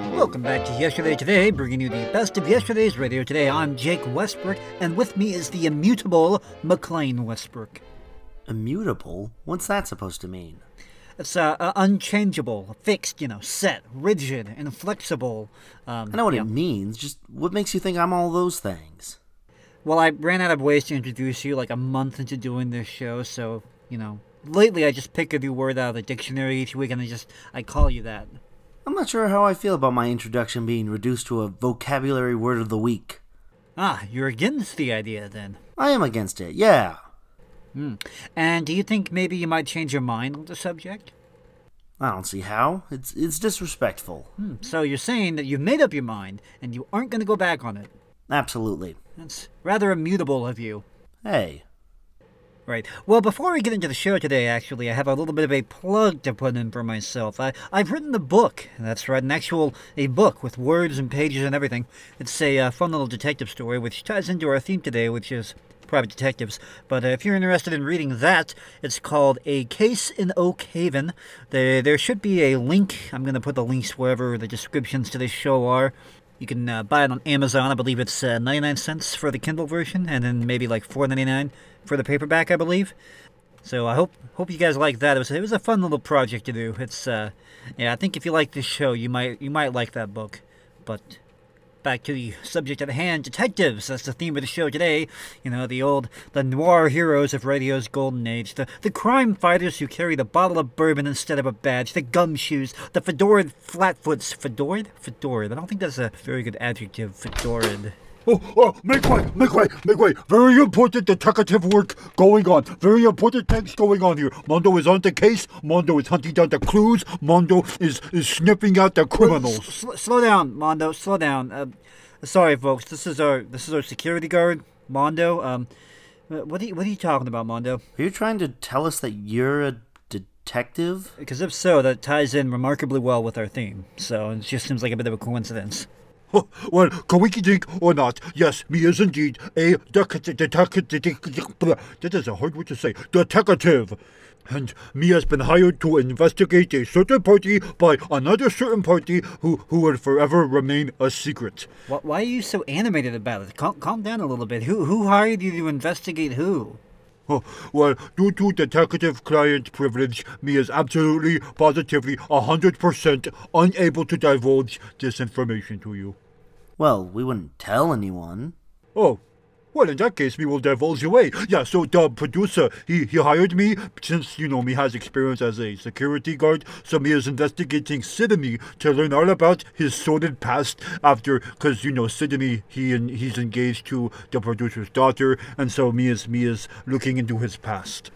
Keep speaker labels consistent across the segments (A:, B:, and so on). A: to Yesterday Today, bringing you the best of yesterday's radio today. I'm Jake Westbrook, and with me is the immutable McLean Westbrook.
B: Immutable? What's that supposed to mean?
A: It's uh, uh, unchangeable, fixed, you know, set, rigid, inflexible. Um,
B: I know what
A: you
B: it means, just what makes you think I'm all those things?
A: Well, I ran out of ways to introduce you like a month into doing this show, so, you know, lately I just pick a new word out of the dictionary each week and I just, I call you that.
B: I'm not sure how I feel about my introduction being reduced to a vocabulary word of the week.
A: Ah, you're against the idea then. Hmm.
B: I am against it, yeah.
A: And do you think maybe you might change your mind on the subject?
B: I don't see how. It's it's disrespectful.
A: Hmm, So you're saying that you've made up your mind and you aren't going to go back on it.
B: Absolutely.
A: That's rather immutable of you.
B: Hey,
A: Right. Well, before we get into the show today, actually, I have a little bit of a plug to put in for myself. I, I've written a book. That's right, an actual a book with words and pages and everything. It's a uh, fun little detective story, which ties into our theme today, which is private detectives. But uh, if you're interested in reading that, it's called A Case in Oak Haven. There, there should be a link. I'm going to put the links wherever the descriptions to this show are. You can uh, buy it on Amazon. I believe it's uh, 99 cents for the Kindle version, and then maybe like 4.99 for the paperback, I believe. So I hope hope you guys like that. It was it was a fun little project to do. It's uh, yeah, I think if you like this show, you might you might like that book. But back to the subject at hand, detectives. That's the theme of the show today. You know, the old the noir heroes of radio's golden age, the the crime fighters who carry the bottle of bourbon instead of a badge, the gumshoes, the fedorid flatfoots, fedorid, fedorid. I don't think that's a very good adjective, fedorid.
C: Oh, oh, make way, make way, make way. Very important detective work going on. Very important things going on here. Mondo is on the case. Mondo is hunting down the clues. Mondo is, is sniffing out the criminals.
A: S- slow down, Mondo. Slow down. Um, sorry, folks. This is our this is our security guard, Mondo. Um, wh- what are you, what are you talking about, Mondo?
B: are you trying to tell us that you're a detective?
A: Because if so, that ties in remarkably well with our theme. So it just seems like a bit of a coincidence.
C: Huh, well, kawiki dink or not, yes, me is indeed a detective. That is a hard word to say. Detective. And me has been hired to investigate a certain party by another certain party who, who will forever remain a secret.
A: Why, why are you so animated about it? Calm, calm down a little bit. Who who hired you to investigate who?
C: Oh, well, due to detective client privilege, me is absolutely, positively, a 100% unable to divulge this information to you.
B: Well, we wouldn't tell anyone.
C: Oh, well, in that case, me will divulge away. Yeah, so the producer, he, he hired me since, you know, me has experience as a security guard, so me is investigating Sidney to learn all about his sordid past after, because, you know, Sidney, he and he's engaged to the producer's daughter, and so me is, me is looking into his past.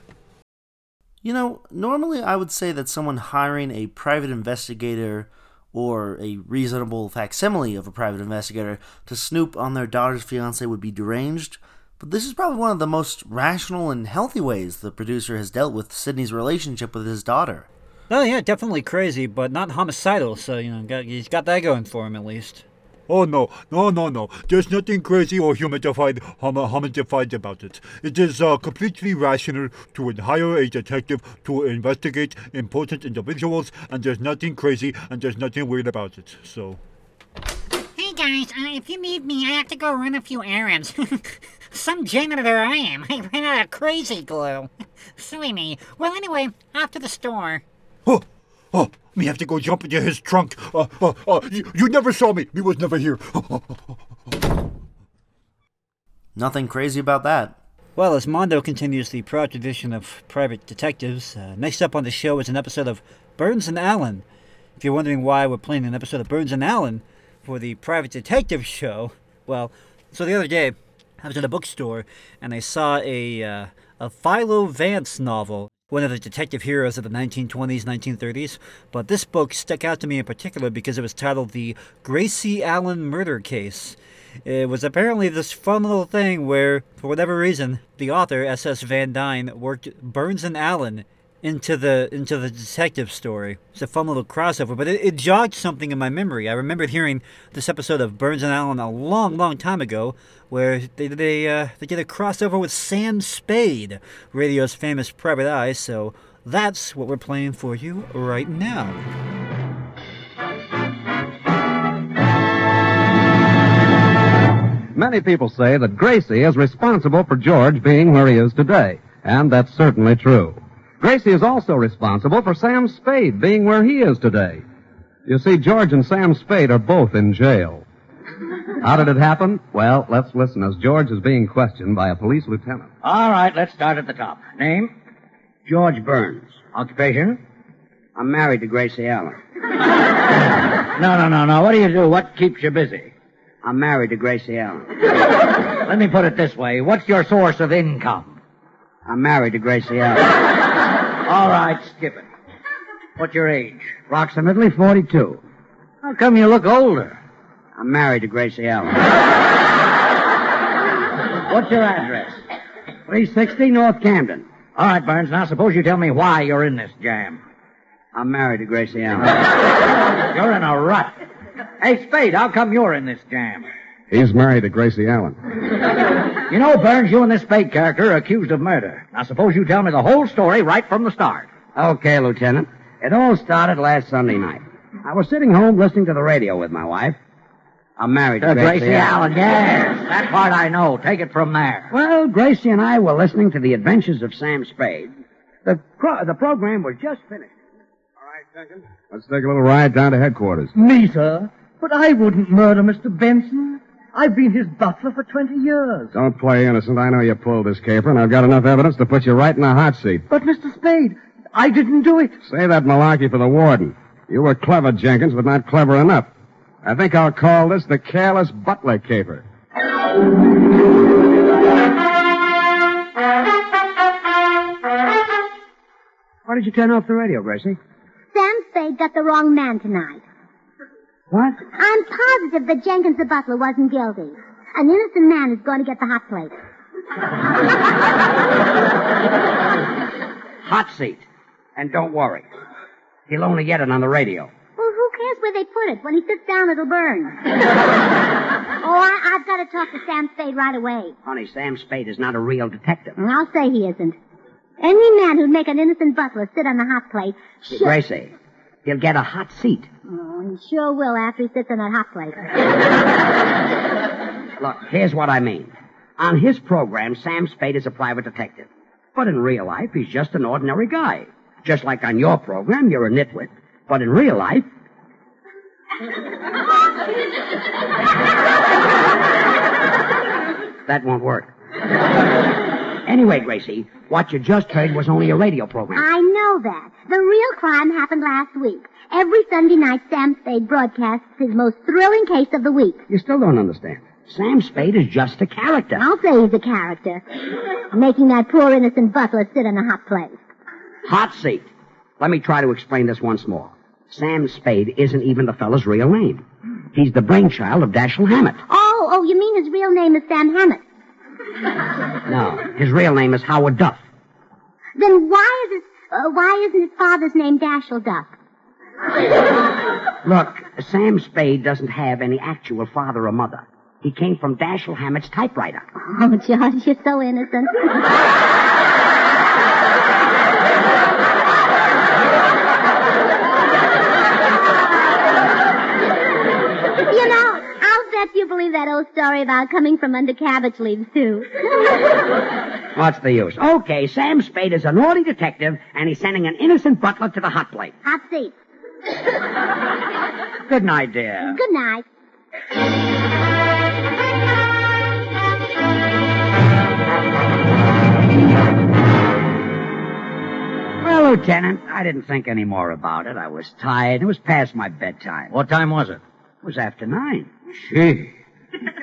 B: You know, normally I would say that someone hiring a private investigator or a reasonable facsimile of a private investigator to snoop on their daughter's fiance would be deranged, but this is probably one of the most rational and healthy ways the producer has dealt with Sidney's relationship with his daughter.
A: Oh yeah, definitely crazy, but not homicidal. So you know, got, he's got that going for him at least.
C: Oh no, no, no, no. There's nothing crazy or humidified, hum- humidified about it. It is uh, completely rational to hire a detective to investigate important individuals, and there's nothing crazy and there's nothing weird about it. So.
D: Hey guys, uh, if you need me, I have to go run a few errands. Some janitor I am. I ran out of crazy glue. Silly me. Well, anyway, off to the store.
C: Oh, oh, me have to go jump into his trunk. Uh, uh, uh, you, you never saw me. Me was never here.
B: Nothing crazy about that.
A: Well, as Mondo continues the proud tradition of private detectives, uh, next up on the show is an episode of Burns and Allen. If you're wondering why we're playing an episode of Burns and Allen for the private detective show, well, so the other day I was in a bookstore and I saw a uh, a Philo Vance novel, one of the detective heroes of the 1920s, 1930s. But this book stuck out to me in particular because it was titled The Gracie Allen Murder Case. It was apparently this fun little thing where, for whatever reason, the author S.S. Van Dyne worked Burns and Allen into the into the detective story. It's a fun little crossover, but it, it jogged something in my memory. I remembered hearing this episode of Burns and Allen a long, long time ago, where they they uh, they did a crossover with Sam Spade, radio's famous private eye. So that's what we're playing for you right now.
E: Many people say that Gracie is responsible for George being where he is today, and that's certainly true. Gracie is also responsible for Sam Spade being where he is today. You see, George and Sam Spade are both in jail. How did it happen? Well, let's listen as George is being questioned by a police lieutenant.
F: All right, let's start at the top. Name? George Burns. Occupation? I'm married to Gracie Allen. no, no, no, no. What do you do? What keeps you busy? I'm married to Gracie Allen. Let me put it this way. What's your source of income? I'm married to Gracie Allen. All right, skip it. What's your age? Approximately 42. How come you look older? I'm married to Gracie Allen. What's your address? 360 North Camden. All right, Burns. Now suppose you tell me why you're in this jam. I'm married to Gracie Allen. you're in a rut. Hey, Spade, how come you're in this jam?
E: He's married to Gracie Allen.
F: You know, Burns, you and this Spade character are accused of murder. Now suppose you tell me the whole story right from the start. Okay, Lieutenant. It all started last Sunday night. I was sitting home listening to the radio with my wife. I'm married to Uh, Gracie, Allen. Yes, that part I know. Take it from there. Well, Gracie and I were listening to the adventures of Sam Spade. The pro- the program was just finished.
E: Let's take a little ride down to headquarters.
G: Me, sir? But I wouldn't murder Mr. Benson. I've been his butler for 20 years.
E: Don't play innocent. I know you pulled this caper, and I've got enough evidence to put you right in the hot seat.
G: But, Mr. Spade, I didn't do it.
E: Say that malarkey for the warden. You were clever, Jenkins, but not clever enough. I think I'll call this the careless butler caper.
F: Why did you turn off the radio, Gracie?
H: Sam Spade got the wrong man tonight.
F: What?
H: I'm positive that Jenkins the butler wasn't guilty. An innocent man is going to get the hot plate.
F: Hot seat. And don't worry. He'll only get it on the radio.
H: Well, who cares where they put it? When he sits down, it'll burn. oh, I, I've got to talk to Sam Spade right away.
F: Honey, Sam Spade is not a real detective.
H: And I'll say he isn't. Any man who'd make an innocent butler sit on the hot plate, sure,
F: Gracie, he'll get a hot seat.
H: oh, he sure will after he sits on that hot plate.
F: Look, here's what I mean. On his program, Sam Spade is a private detective. But in real life, he's just an ordinary guy. Just like on your program, you're a nitwit. But in real life. that won't work. Anyway, Gracie, what you just heard was only a radio program.
H: I know that. The real crime happened last week. Every Sunday night, Sam Spade broadcasts his most thrilling case of the week.
F: You still don't understand. Sam Spade is just a character.
H: I'll say he's a character. Making that poor innocent butler sit on a hot plate.
F: Hot seat. Let me try to explain this once more. Sam Spade isn't even the fella's real name. He's the brainchild of Dashiell Hammett.
H: Oh, oh, you mean his real name is Sam Hammett.
F: No, his real name is Howard Duff.
H: Then why is his, uh, why isn't his father's name Dashiell Duff?
F: Look, Sam Spade doesn't have any actual father or mother. He came from Dashiell Hammett's typewriter.
H: Oh, George, you're so innocent. you know, I'll bet you believe that old story about coming from under cabbage leaves, too.
F: What's the use? Okay, Sam Spade is a naughty detective, and he's sending an innocent butler to the hot plate.
H: Hot seat.
F: Good night, dear.
H: Good night.
F: Well, Lieutenant, I didn't think any more about it. I was tired. It was past my bedtime. What time was it? It was after nine. Gee.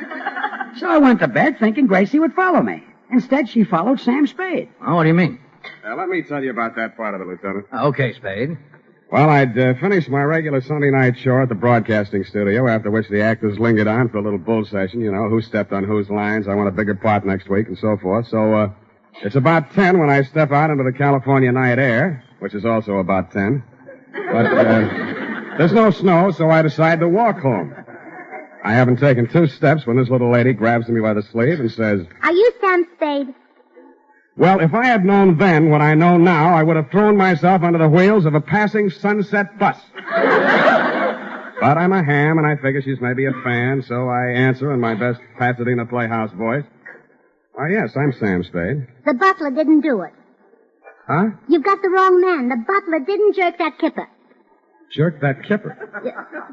F: so I went to bed thinking Gracie would follow me. Instead, she followed Sam Spade.
G: Oh, what do you mean?
E: Now, let me tell you about that part of it, Lieutenant.
G: Okay, Spade.
E: Well, I'd uh, finished my regular Sunday night show at the broadcasting studio, after which the actors lingered on for a little bull session, you know, who stepped on whose lines, I want a bigger part next week, and so forth. So, uh, it's about 10 when I step out into the California night air, which is also about 10. But, uh, there's no snow, so I decide to walk home. I haven't taken two steps when this little lady grabs me by the sleeve and says,
H: Are you Sam Spade?
E: well, if I had known then what I know now, I would have thrown myself under the wheels of a passing sunset bus. But I'm a ham, and I figure she's maybe a fan, so I answer in my best Pasadena Playhouse voice. Why, yes, I'm Sam Spade.
H: The butler didn't do it.
E: Huh?
H: You've got the wrong man. The butler didn't jerk that kipper.
E: Jerk that kipper.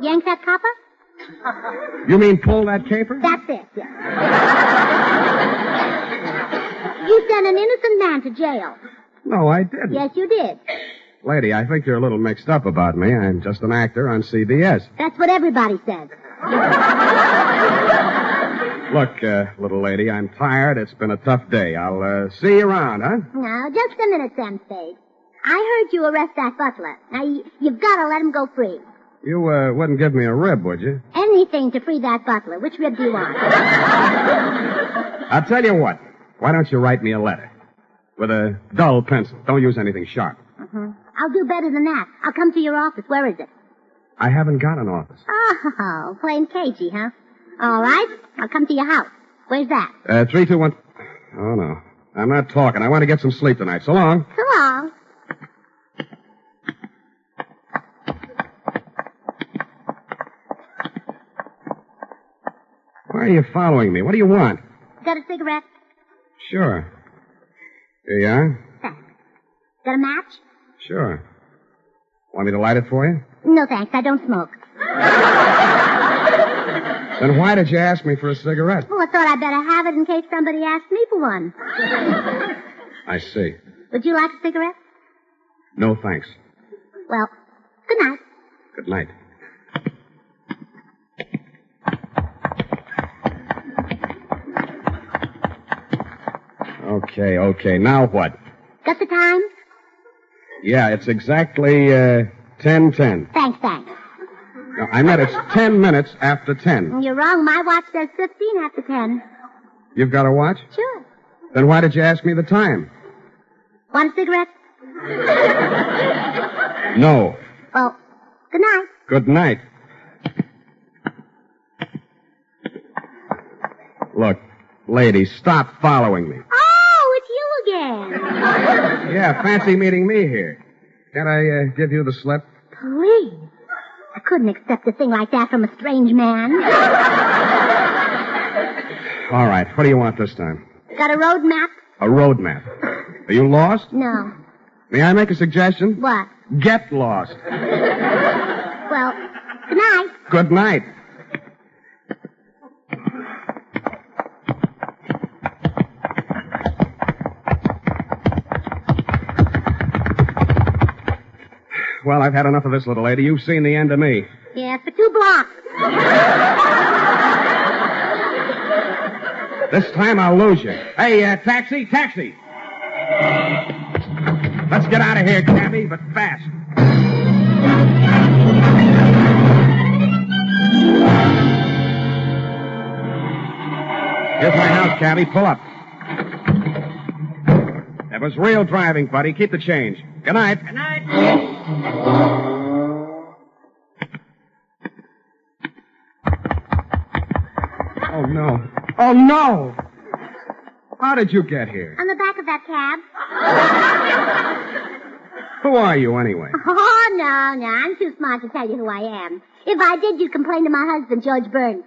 H: Yank that copper?
E: You mean pull that caper?
H: That's it, yeah. you sent an innocent man to jail.
E: No, I didn't.
H: Yes, you did.
E: Lady, I think you're a little mixed up about me. I'm just an actor on CBS.
H: That's what everybody says.
E: Look, uh, little lady, I'm tired. It's been a tough day. I'll uh, see you around, huh?
H: Now, just a minute, Sam Spade. I heard you arrest that butler. Now, y- you've got to let him go free.
E: You uh, wouldn't give me a rib, would you?
H: Anything to free that butler. Which rib do you want?
E: I'll tell you what. Why don't you write me a letter? With a dull pencil. Don't use anything sharp.
H: I'll do better than that. I'll come to your office. Where is it?
E: I haven't got an office.
H: Oh, plain cagey, huh? All right. I'll come to your house. Where's that?
E: Uh, three, two, one. Oh, no. I'm not talking. I want to get some sleep tonight. So long.
H: So long.
E: Why are you following me? What do you want?
H: Got a cigarette?
E: Sure. Here you are.
H: Thanks. Got a match?
E: Sure. Want me to light it for you?
H: No, thanks. I don't smoke.
E: Then why did you ask me for a cigarette?
H: Well, Oh, I thought I'd better have it in case somebody asked me for one.
E: I see.
H: Would you like a cigarette?
E: No thanks.
H: Well, good night.
E: Good night. Okay, okay. Now what?
H: Got the time?
E: Yeah, it's exactly uh, ten ten.
H: Thanks, thanks.
E: No, I meant it's ten minutes after ten.
H: You're wrong. My watch says 15 after 10.
E: You've got a watch?
H: Sure.
E: Then why did you ask me the time?
H: Want a cigarette?
E: No.
H: Well, good night.
E: Good night. Look, lady, stop following me.
H: Oh, it's you again.
E: Yeah, fancy meeting me here. Can I uh, give you the slip?
H: Please. I couldn't accept a thing like that from a strange man.
E: All right. What do you want this time?
H: Got a road map?
E: A road map. Are you lost?
H: No.
E: May I make a suggestion?
H: What?
E: Get lost.
H: Well, good night.
E: Good night. Well, I've had enough of this, little lady. You've seen the end of me.
H: Yeah, for two blocks.
E: This time I'll lose you. Hey, uh, taxi, taxi. Let's get out of here, cabby, but fast. Here's my house, cabby. Pull up. That was real driving, buddy. Keep the change. Good night. Good night. Oh, no. Oh, no! How did you get here?
H: On the back of that cab.
E: Who are you, anyway?
H: Oh, no, no. I'm too smart to tell you who I am. If I did, you'd complain to my husband, George Burns.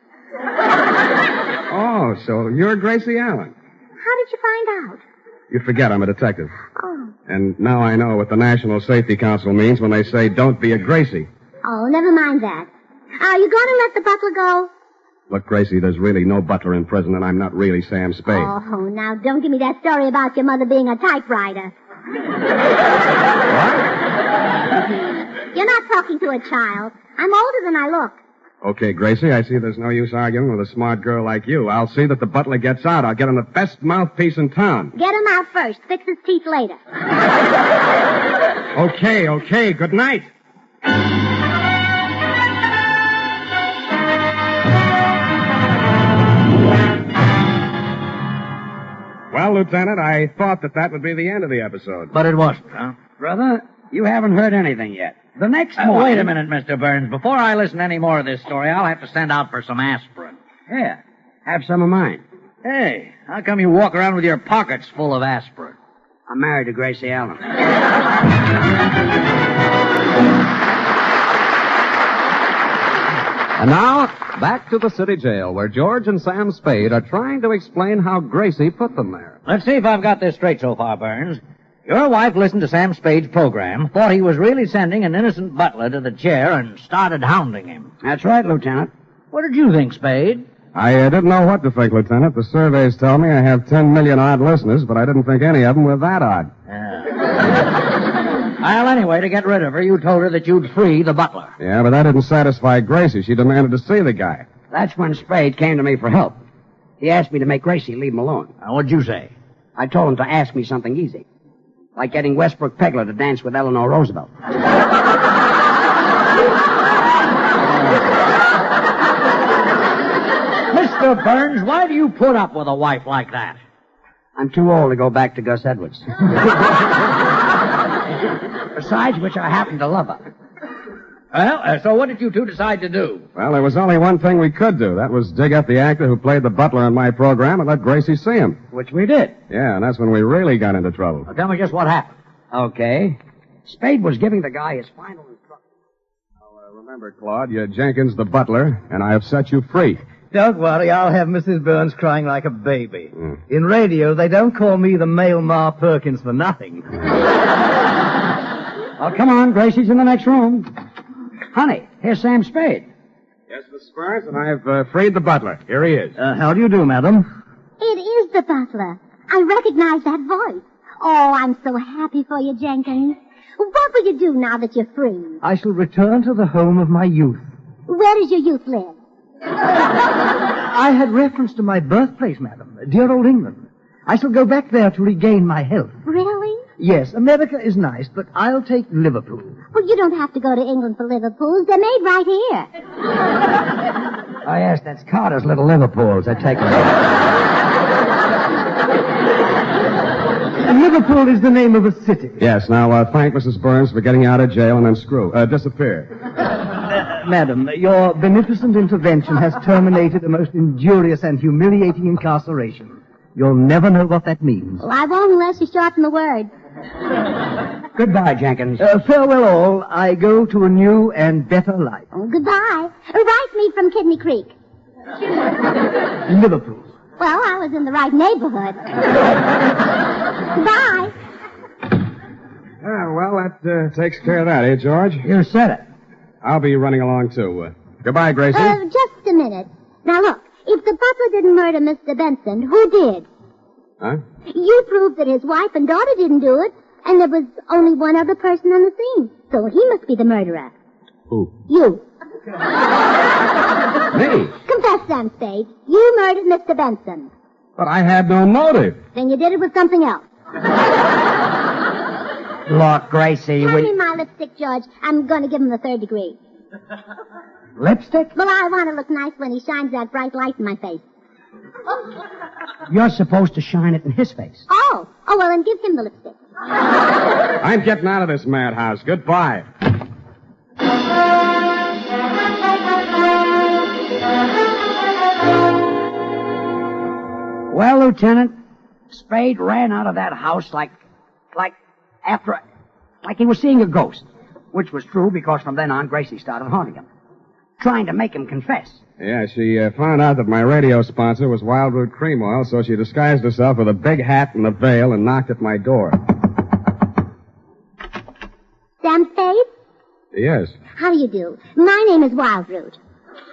E: Oh, so you're Gracie Allen.
H: How did you find out?
E: You forget I'm a detective.
H: Oh,
E: And now I know what the National Safety Council means when they say don't be a Gracie.
H: oh, never mind that. Are you going to let the butler go?
E: Look, Gracie, there's really no butler in prison, and I'm not really Sam Spade.
H: Oh, now don't give me that story about your mother being a typewriter. You're not talking to a child. I'm older than I look.
E: Okay, Gracie, I see there's no use arguing with a smart girl like you. I'll see that the butler gets out. I'll get him the best mouthpiece in town.
H: Get him out first. Fix his teeth later.
E: Okay, okay, good night. Well, Lieutenant, I thought that that would be the end of the episode.
F: But it wasn't, huh? Brother, you haven't heard anything yet. The next morning. Uh, Wait a minute, Mr. Burns. Before I listen to any more of this story, I'll have to send out for some aspirin. Yeah.
E: Have some of mine.
F: Hey, how come you walk around with your pockets full of aspirin?
E: I'm married to Gracie Allen.
I: And now, back to the city jail where George and Sam Spade are trying to explain how Gracie put them there.
F: Let's see if I've got this straight so far, Burns. Your wife listened to Sam Spade's program, thought he was really sending an innocent butler to the chair, and started hounding him.
E: That's right, Lieutenant.
F: What did you think, Spade?
E: I uh, didn't know what to think, Lieutenant. The surveys tell me I have 10 million odd listeners, but I didn't think any of them were that odd.
F: Uh, Well, anyway, to get rid of her, you told her that you'd free the butler.
E: Yeah, but that didn't satisfy Gracie. She demanded to see the guy.
F: That's when Spade came to me for help.
J: He asked me to make Gracie leave him alone.
F: what'd you say?
J: I told him to ask me something easy, like getting Westbrook Pegler to dance with Eleanor Roosevelt.
F: Mr. Burns, why do you put up with a wife like that?
J: I'm too old to go back to Gus Edwards. Besides which, I happen to love her.
F: Well, uh, so what did you two decide to do?
E: Well, there was only one thing we could do. That was dig up the actor who played the butler in my program and let Gracie see him.
J: Which we did.
E: Yeah, and that's when we really got into trouble.
F: Well, tell me just what happened.
J: Okay. Spade was giving the guy his final instructions.
E: Remember, Claude, you're Jenkins the butler, and I have set you free.
K: Don't worry, I'll have Mrs. Burns crying like a baby. In radio, they don't call me the male Ma Perkins for nothing.
J: Oh, come on, Gracie's in the next room. Honey, here's Sam Spade.
E: Yes, Mrs. Burns, and I have uh, freed the butler. Here he is.
K: Uh, how do you do, madam?
H: It is the butler. I recognize that voice. Oh, I'm so happy for you, Jenkins. What will you do now that you're free?
K: I shall return to the home of my youth.
H: Where does your youth live?
K: I had reference to my birthplace, madam, dear old England. I shall go back there to regain my health.
H: Really?
K: Yes, America is nice, but I'll take Liverpool.
H: Well, you don't have to go to England for Liverpool. They're made right here.
J: Oh, yes, that's Carter's little Liverpools. They're taking it.
K: Liverpool is the name of a city.
E: Yes, now uh, thank Mrs. Burns for getting out of jail and then screw, uh, disappear.
K: Madam, your beneficent intervention has terminated a most injurious and humiliating incarceration. You'll never know what that means.
H: Well, I won't unless you shorten the word.
J: Goodbye, Jenkins.
K: Uh, farewell all. I go to a new and better life.
H: Oh, goodbye. Write me from Kidney Creek.
K: Liverpool.
H: Well, I was in the right neighborhood. goodbye.
E: Ah, well, that uh, takes care of that, eh, George?
F: You said it.
E: I'll be running along, too. Uh, goodbye, Gracie.
H: Uh, just a minute. Now look, if the butler didn't murder Mr. Benson, who did?
E: Huh?
H: You proved that his wife and daughter didn't do it, and there was only one other person on the scene. So he must be the murderer.
E: Who?
H: You.
E: Me.
H: Confess, Sam Spade. You murdered Mr. Benson.
E: But I had no motive.
H: Then you did it with something else.
J: Look, Gracie,
H: Hand me
J: we...
H: my lipstick, George. I'm going to give him the third degree.
J: Lipstick?
H: Well, I want to look nice when he shines that bright light in my face.
J: You're supposed to shine it in his face.
H: Oh, oh, well, then give him the lipstick.
E: I'm getting out of this madhouse. Goodbye.
J: Well, Lieutenant, Spade ran out of that house like, like after, like he was seeing a ghost, which was true because from then on Gracie started haunting him, trying to make him confess.
E: Yeah, she uh, found out that my radio sponsor was Wildwood Cream Oil, so she disguised herself with a big hat and a veil and knocked at my door.
H: Sam Spade,
E: Yes.
H: how do you do? My name is Wildroot.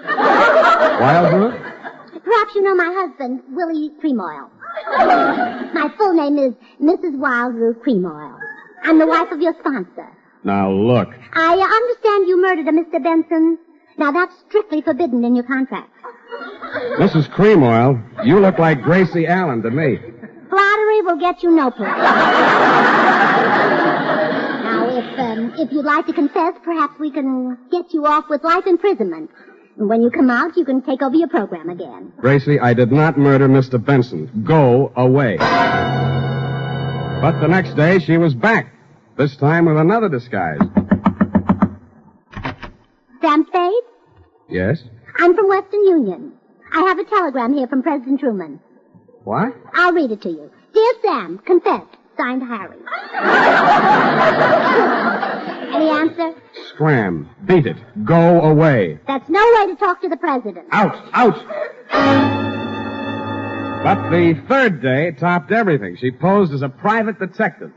E: Wildwood?
H: Perhaps you know my husband, Willie Creamoil. my full name is Mrs. Wildroot Creamoil. I'm the wife of your sponsor.
E: Now look.
H: I uh, understand you murdered a Mr. Benson. Now that's strictly forbidden in your contract.
E: Mrs. Cream Oil, you look like Gracie Allen to me.
H: Flattery will get you no place. now, if um, if you'd like to confess, perhaps we can get you off with life imprisonment. And when you come out, you can take over your program again.
E: Gracie, I did not murder Mr. Benson. Go away. But the next day, she was back. This time with another disguise.
H: Sam Spade,
E: Yes?
H: I'm from Western Union. I have a telegram here from President Truman.
E: What?
H: I'll read it to you. Dear Sam, confess. Signed Harry. Any answer?
E: Scram. Beat it. Go away.
H: That's no way to talk to the president.
E: Out. Out. But the third day topped everything. She posed as a private detective.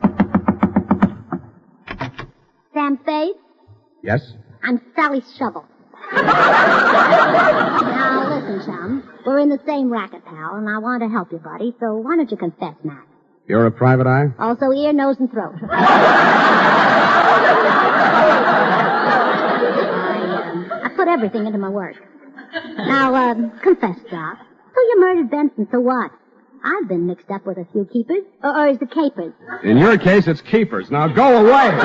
H: Sam Faith,
E: Yes?
H: I'm Sally Shovel. now, listen, chum. We're in the same racket, pal, and I want to help you, buddy, so why don't you confess now?
E: You're a private eye?
H: Also, ear, nose, and throat. I, um, I put everything into my work. Now, um, confess, Doc. So you murdered Benson, so what? I've been mixed up with a few keepers. Or, or is it capers?
E: In your case, it's keepers. Now go away.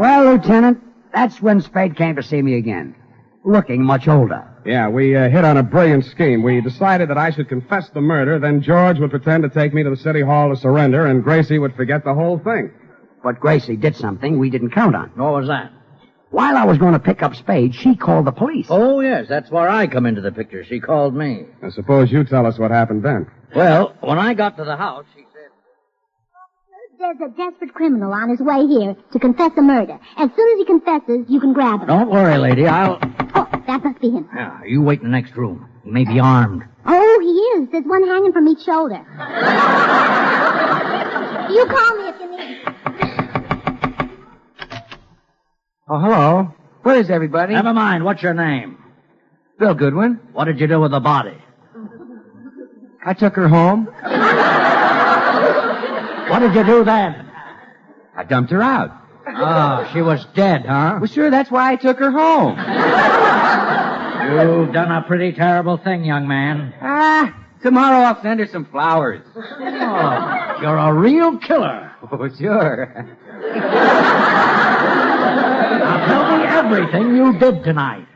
J: Well, Lieutenant, that's when Spade came to see me again, looking much older.
E: Yeah, we uh, hit on a brilliant scheme. We decided that I should confess the murder, then George would pretend to take me to the city hall to surrender, and Gracie would forget the whole thing.
J: But Gracie did something we didn't count on.
L: What was that?
J: While I was going to pick up Spade, she called the police.
L: Oh, yes, that's where I come into the picture. She called me.
E: I suppose you tell us what happened then.
L: Well, when I got to the house, she said,
H: There's a desperate criminal on his way here to confess a murder. As soon as he confesses, you can grab him.
L: Don't worry, lady, I'll.
H: Oh, that must be him.
L: Yeah, you wait in the next room. He may be armed.
H: Oh, he is. There's one hanging from each shoulder. you call me if you need.
M: Oh, hello. Where is everybody?
L: Never mind, what's your name?
M: Bill Goodwin.
L: What did you do with the body?
M: I took her home.
L: What did you do then?
M: I dumped her out.
L: Oh, she was dead, huh?
M: Well, sure, that's why I took her home.
L: You've done a pretty terrible thing, young man.
M: Ah, tomorrow I'll send her some flowers.
L: Oh, You're a real killer.
M: Oh, sure.
L: Now tell me everything you did tonight.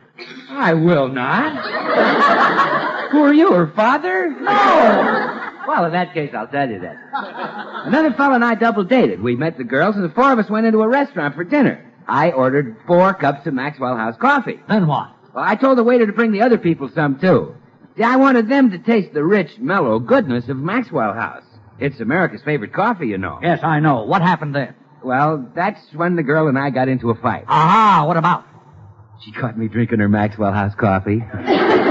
M: I will not. Who are you, her father? No. Well, in that case, I'll tell you that. Another fellow and I double dated. We met the girls, and the four of us went into a restaurant for dinner. I ordered four cups of Maxwell House coffee.
L: Then what?
M: Well, I told the waiter to bring the other people some, too. See, I wanted them to taste the rich, mellow goodness of Maxwell House. It's America's favorite coffee, you know.
L: Yes, I know. What happened then?
M: Well, that's when the girl and I got into a fight.
L: Aha, what about?
M: She caught me drinking her Maxwell House coffee.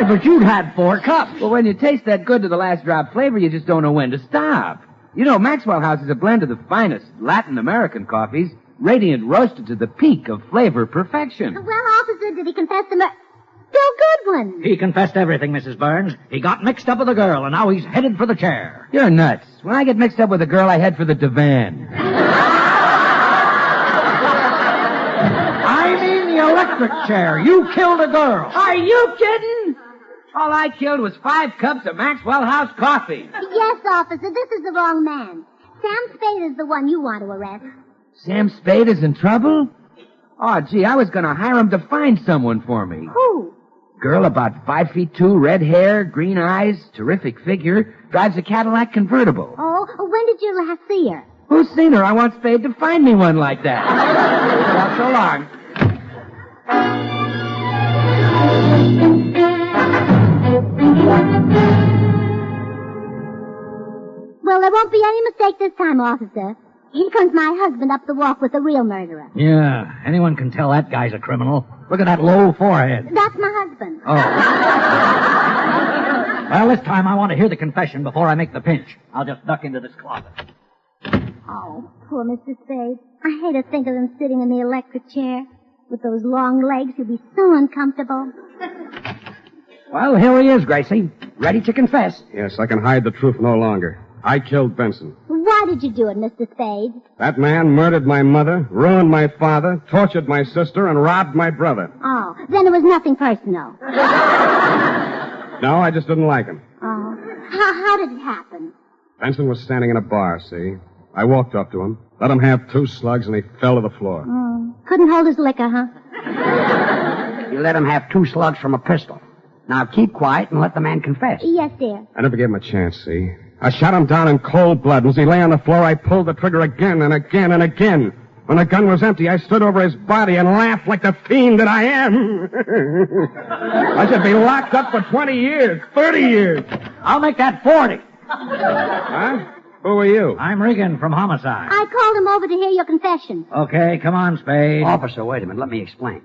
L: Hey, but you'd had four cups.
M: Well, when you taste that good to the last drop flavor, you just don't know when to stop. You know, Maxwell House is a blend of the finest Latin American coffees, radiant roasted to the peak of flavor perfection.
H: Well, officer, did he confess the murder? Bill Goodwin.
L: He confessed everything, Mrs. Burns. He got mixed up with a girl, and now he's headed for the chair.
M: You're nuts. When I get mixed up with a girl, I head for the divan.
L: I mean the electric chair. You killed a girl.
M: Are you kidding? All I killed was five cups of Maxwell House coffee.
H: Yes, officer, this is the wrong man. Sam Spade is the one you want to arrest.
M: Sam Spade is in trouble? Oh, gee, I was gonna hire him to find someone for me.
H: Who?
M: Girl about five feet two, red hair, green eyes, terrific figure, drives a Cadillac convertible.
H: Oh, when did you last see her?
M: Who's seen her? I want Spade to find me one like that. well, so long.
H: Well, there won't be any mistake this time, officer. Here comes my husband up the walk with the real murderer.
L: Yeah, anyone can tell that guy's a criminal. Look at that low forehead. Oh.
H: That's my husband.
L: Well, this time I want to hear the confession before I make the pinch. I'll just duck into this closet.
H: Oh, poor Mr. Spade. I hate to think of him sitting in the electric chair. With those long legs, he'd be so uncomfortable.
J: Well, here he is, Gracie, ready to confess.
E: Yes, I can hide the truth no longer. I killed Benson.
H: Why did you do it, Mr. Spade?
E: That man murdered my mother, ruined my father, tortured my sister, and robbed my brother.
H: Oh, then it was nothing personal.
E: No, I just didn't like him.
H: Oh, how, how did it happen?
E: Benson was standing in a bar, see? I walked up to him, let him have two slugs, and he fell to the floor.
H: Oh, couldn't hold his liquor, huh?
J: You let him have two slugs from a pistol. Now keep quiet and let the man confess.
H: Yes, dear.
E: I never gave him a chance, see? I shot him down in cold blood. As he lay on the floor, I pulled the trigger again and again and again. When the gun was empty, I stood over his body and laughed like the fiend that I am. I should be locked up for 20 years, 30 years.
L: I'll make that 40.
I: Huh? Who are you?
M: I'm Regan from Homicide.
H: I called him over to hear your confession.
M: Okay, come on, Spade.
J: Officer, wait a minute. Let me explain.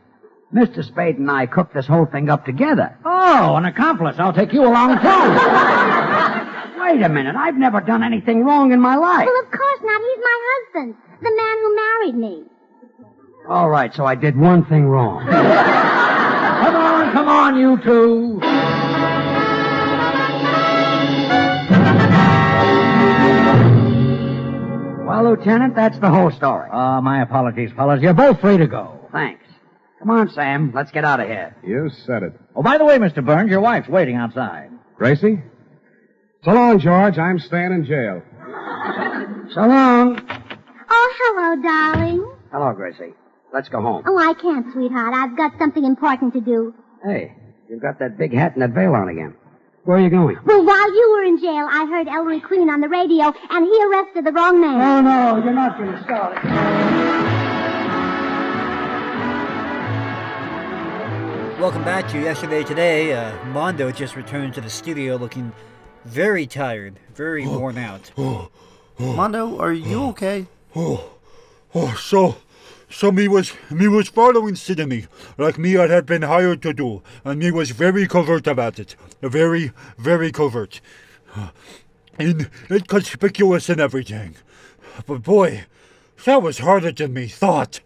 J: Mr. Spade and I cooked this whole thing up together.
M: Oh, an accomplice. I'll take you along, too.
J: Wait a minute. I've never done anything wrong in my life.
H: Well, of course not. He's my husband, the man who married me.
J: All right, so I did one thing wrong.
M: come on, come on, you two.
J: Well, Lieutenant, that's the whole story.
M: Uh, my apologies, fellas. You're both free to go.
J: Thanks. Come on, Sam. Let's get out of here.
E: You said it.
M: Oh, by the way, Mr. Burns, your wife's waiting outside.
E: Gracie? So long, George. I'm staying in jail.
J: So long.
H: Oh, hello, darling.
J: Hello, Gracie. Let's go home.
H: Oh, I can't, sweetheart. I've got something important to do.
J: Hey, you've got that big hat and that veil on again. Where are you going?
H: Well, while you were in jail, I heard Ellery Queen on the radio, and he arrested the wrong man.
L: No, no, you're not going to start it.
A: Welcome back to Yesterday Today. Uh, Mondo just returned to the studio looking very tired, very worn out.
B: Mondo, are you okay?
C: Oh, oh, so, so me was me was following Sidney, like me I had been hired to do, and me was very covert about it, very, very covert, and inconspicuous and everything. But boy, that was harder than me thought.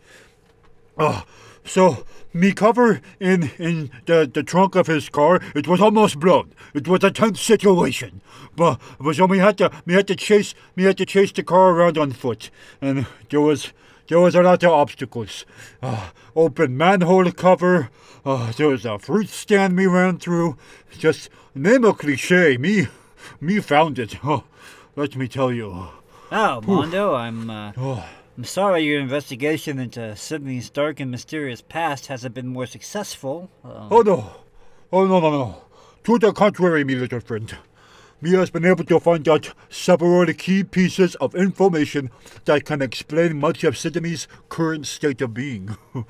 C: Uh, so me cover in in the, the trunk of his car. It was almost blown. It was a tense situation. But but so me had to me had to chase me had to chase the car around on foot, and there was there was a lot of obstacles. Uh, open manhole cover. Uh, there was a fruit stand me ran through. Just name a cliche. Me me found it. Oh, let me tell you.
A: Oh, Mondo, I'm. Uh... I'm sorry your investigation into Sydney's dark and mysterious past hasn't been more successful. Uh,
C: Oh no. Oh no no no. To the contrary, me little friend. Me has been able to find out several key pieces of information that can explain much of Sydney's current state of being.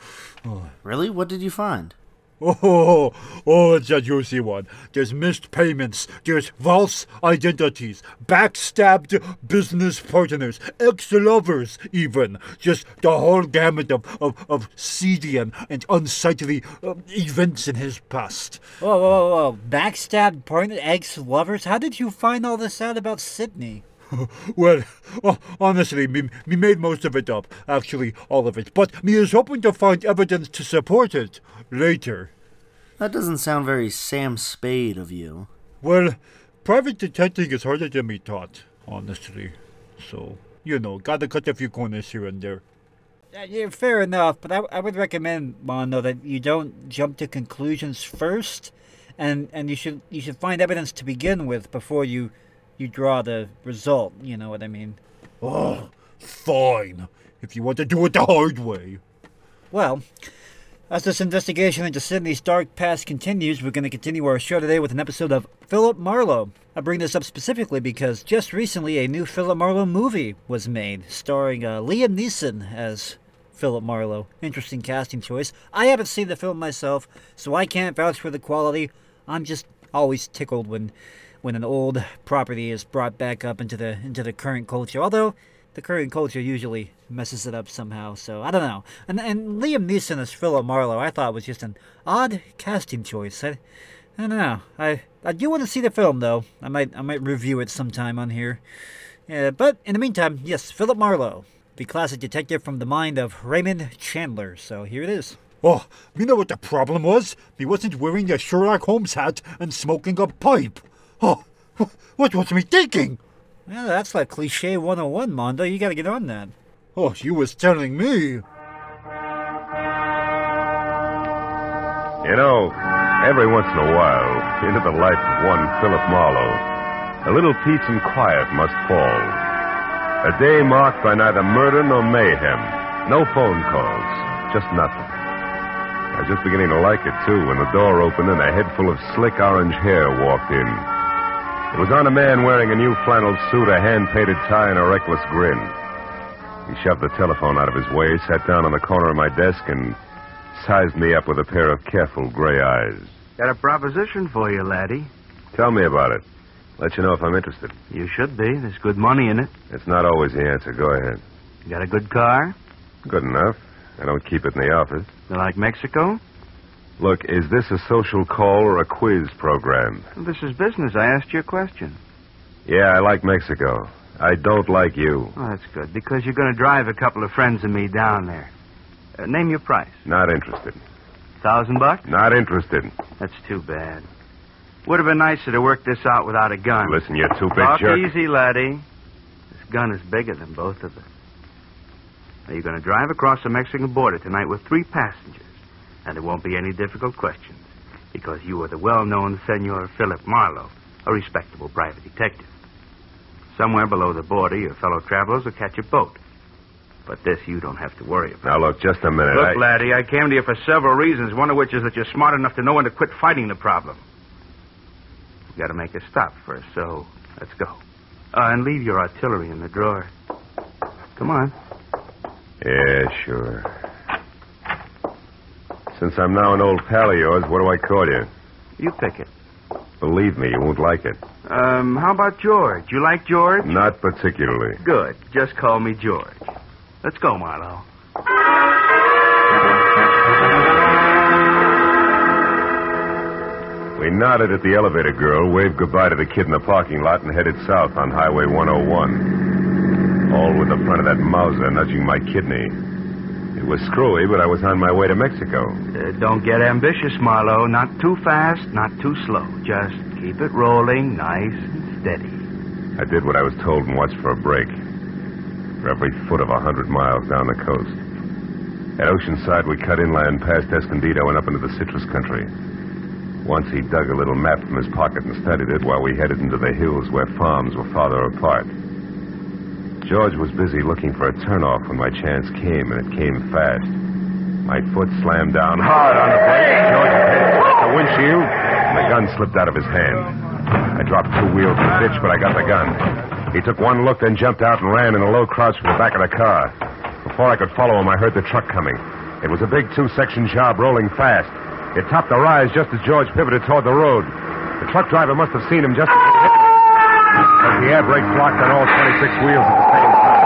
B: Really? What did you find?
C: Oh, oh, oh, it's a juicy one. There's missed payments, there's false identities, backstabbed business partners, ex-lovers even. Just the whole gamut of, of, of seedy and, and unsightly uh, events in his past.
A: Whoa, whoa, whoa. Backstabbed partner, ex lovers? How did you find all this out about Sydney?
C: well, oh, honestly, me, me made most of it up. Actually, all of it. But me is hoping to find evidence to support it later.
B: That doesn't sound very Sam Spade of you.
C: Well, private detecting is harder than me thought, honestly. So, you know, gotta cut a few corners here and there.
A: Uh, yeah, fair enough, but I, I would recommend, Mondo, that you don't jump to conclusions first, and, and you should you should find evidence to begin with before you you draw the result. You know what I mean?
C: Oh, fine. If you want to do it the hard way.
A: Well, as this investigation into Sydney's dark past continues, we're going to continue our show today with an episode of Philip Marlowe. I bring this up specifically because just recently a new Philip Marlowe movie was made, starring uh, Liam Neeson as Philip Marlowe. Interesting casting choice. I haven't seen the film myself, so I can't vouch for the quality. I'm just always tickled when when an old property is brought back up into the into the current culture. Although the current culture usually messes it up somehow, so I don't know. And and Liam Neeson as Philip Marlowe, I thought was just an odd casting choice. I, I don't know. I I do want to see the film though. I might I might review it sometime on here. Yeah, but in the meantime, yes, Philip Marlowe, the classic detective from the mind of Raymond Chandler. So here it is.
C: Oh, you know what the problem was? He wasn't wearing a Sherlock Holmes hat and smoking a pipe. Oh, wh- what was me thinking?
A: Well, that's like cliche 101, Mondo. You got to get on that.
C: Oh, you was telling me.
N: You know, every once in a while, into the life of one Philip Marlowe, a little peace and quiet must fall. A day marked by neither murder nor mayhem, no phone calls, just nothing. I was just beginning to like it, too, when the door opened and a head full of slick orange hair walked in. It was on a man wearing a new flannel suit, a hand painted tie, and a reckless grin. He shoved the telephone out of his way, sat down on the corner of my desk, and sized me up with a pair of careful gray eyes.
O: Got a proposition for you, laddie.
N: Tell me about it. Let you know if I'm interested.
O: You should be. There's good money in it.
N: It's not always the answer. Go ahead.
O: You got a good car?
N: Good enough. I don't keep it in the office.
O: You like Mexico?
N: Look, is this a social call or a quiz program?
O: This is business. I asked you a question.
N: Yeah, I like Mexico. I don't like you.
O: Oh, that's good, because you're going to drive a couple of friends of me down there. Uh, name your price.
N: Not interested.
O: Thousand bucks?
N: Not interested.
O: That's too bad. Would have been nicer to work this out without a gun.
N: Listen, you two big
O: Talk
N: jerk.
O: easy, laddie. This gun is bigger than both of us. Now, you're going to drive across the Mexican border tonight with three passengers, and there won't be any difficult questions, because you are the well-known Senor Philip Marlowe, a respectable private detective. Somewhere below the border, your fellow travelers will catch a boat. But this you don't have to worry about.
N: Now, look, just a minute.
O: Look,
N: I-
O: laddie, I came to you for several reasons, one of which is that you're smart enough to know when to quit fighting the problem. We gotta make a stop first, so let's go. Uh, and leave your artillery in the drawer. Come on.
N: Yeah, sure. Since I'm now an old pal of yours, what do I call you?
O: You pick it.
N: Believe me, you won't like it.
O: Um, how about George? You like George?
N: Not particularly.
O: Good. Just call me George. Let's go, Marlowe.
N: We nodded at the elevator girl, waved goodbye to the kid in the parking lot, and headed south on Highway 101. All with the front of that Mauser nudging my kidney. It was screwy, but I was on my way to Mexico.
O: Uh, don't get ambitious, Marlowe. Not too fast, not too slow. Just keep it rolling nice and steady.
N: I did what I was told and watched for a break. For every foot of a hundred miles down the coast. At Oceanside, we cut inland past Escondido and up into the citrus country. Once he dug a little map from his pocket and studied it while we headed into the hills where farms were farther apart. George was busy looking for a turnoff when my chance came, and it came fast. My foot slammed down hard on the brake. George's head hit the windshield, and the gun slipped out of his hand. I dropped two wheels in the ditch, but I got the gun. He took one look, then jumped out and ran in a low crouch for the back of the car. Before I could follow him, I heard the truck coming. It was a big two section job rolling fast. It topped the rise just as George pivoted toward the road. The truck driver must have seen him just as he hit. But the air brake blocked on all 26 wheels at the same time.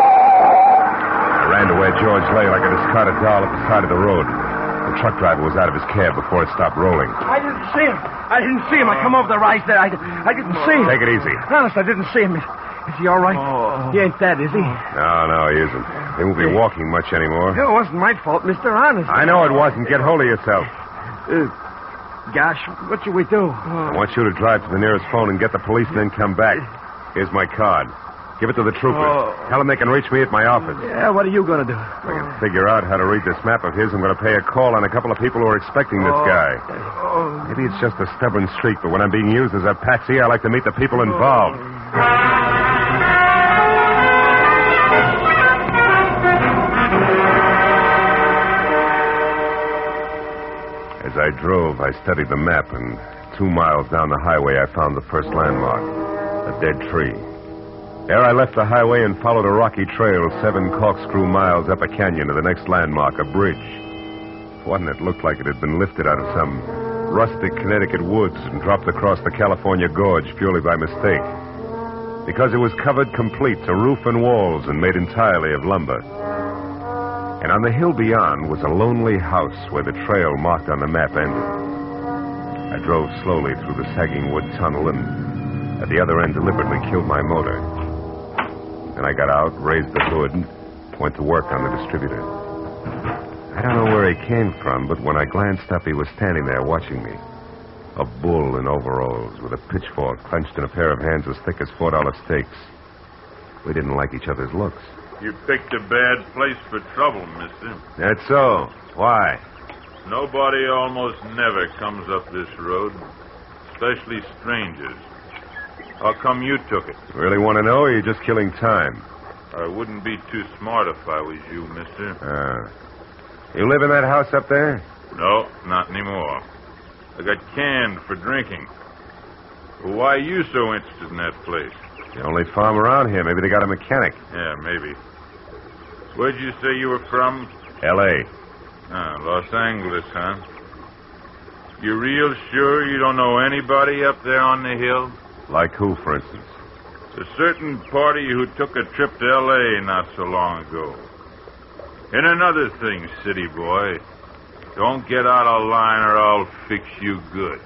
N: I ran to where George lay like a discarded doll at the side of the road. The truck driver was out of his cab before it stopped rolling.
L: I didn't see him. I didn't see him. I come over the rise there. I, I didn't see him.
N: Take it easy.
L: Honest, I didn't see him. Is he all right?
N: Oh.
L: He ain't dead, is he?
N: No, no, he isn't. He won't be walking much anymore.
L: It wasn't my fault, Mister. Honest.
N: Oh. I know it wasn't. Get hold of yourself.
L: Uh, gosh, what should we do?
N: I want you to drive to the nearest phone and get the police and then come back. Here's my card. Give it to the troopers.
L: Oh.
N: Tell them they can reach me at my office.
L: yeah, what are you going to do?
N: If I can figure out how to read this map of his, I'm going to pay a call on a couple of people who are expecting this
L: Oh.
N: guy. Maybe it's just a stubborn streak, but when I'm being used as a patsy, I like to meet the people involved. As I drove, I studied the map, and two miles down the highway, I found the first landmark a dead tree. Ere I left the highway and followed a rocky trail seven corkscrew miles up a canyon to the next landmark, a bridge. One that looked like it had been lifted out of some rustic Connecticut woods and dropped across the California gorge purely by mistake. Because it was covered complete to roof and walls and made entirely of lumber. And on the hill beyond was a lonely house where the trail marked on the map ended. I drove slowly through the sagging wood tunnel and at the other end deliberately killed my motor. Then I got out, raised the hood, went to work on the distributor. I don't know where he came from, but when I glanced up, he was standing there watching me. A bull in overalls with a pitchfork clenched in a pair of hands as thick as $4 stakes. We didn't like each other's looks.
P: You picked a bad place for trouble, mister.
N: That's so. Why?
P: Nobody almost never comes up this road, especially strangers. How come you took it?
N: Really want to know, or are you just killing time?
P: I wouldn't be too smart if I was you, mister.
N: Uh, you live in that house up there?
P: No, not anymore. I got canned for drinking. Why you so interested in that place?
N: The only farm around here. Maybe they got a mechanic.
P: Yeah, maybe. Where'd you say you were from?
N: L.A.
P: Ah, Los Angeles, huh? You real sure you don't know anybody up there on the hill?
N: Like who, for instance?
P: A certain party who took a trip to L.A. not so long ago. And another thing, city boy, don't get out of line or I'll fix you good.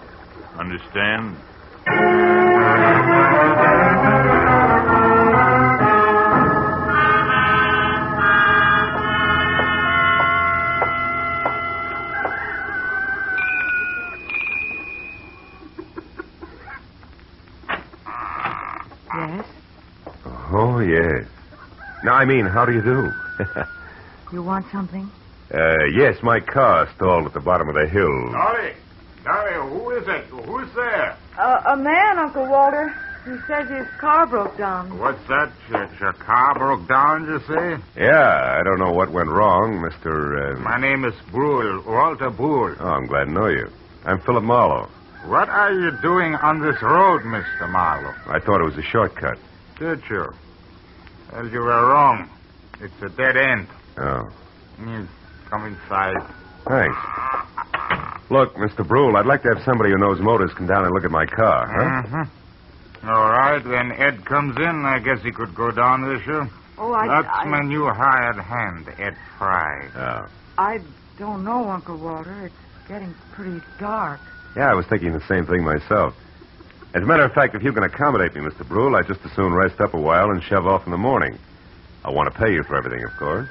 P: Understand?
Q: Yes?
N: Oh, yes. No, I mean, how do you do?
Q: You want something?
N: uh, yes, my car stalled at the bottom of the hill.
R: Dolly, Dolly, who is it? Who's there?
Q: Uh, a man, Uncle Walter. He says his car broke down.
R: What's that? Your, your car broke down, you say?
N: Yeah, I don't know what went wrong, Mr. Uh...
R: My name is Brule, Walter Brule.
N: Oh, I'm glad to know you. I'm Philip Marlowe.
R: What are you doing on this road, Mr. Marlowe?
N: I thought it was a shortcut.
R: Did you? Well, you were wrong. It's a dead end.
N: Oh,
R: Mm, Come inside.
N: thanks. Look, Mr. Brule, I'd like to have somebody who knows motors come down and look at my car, huh?
R: Mhm. All right, when Ed comes in, I guess he could go down with you.
Q: Oh, I-
R: That's
Q: I-
R: my new hired hand, Ed Fry.
N: Oh.
Q: I don't know, Uncle Walter. It's getting pretty dark.
N: Yeah, I was thinking the same thing myself. As a matter of fact, if you can accommodate me, Mr. Brule, I'd just as soon rest up a while and shove off in the morning. I want to pay you for everything, of course.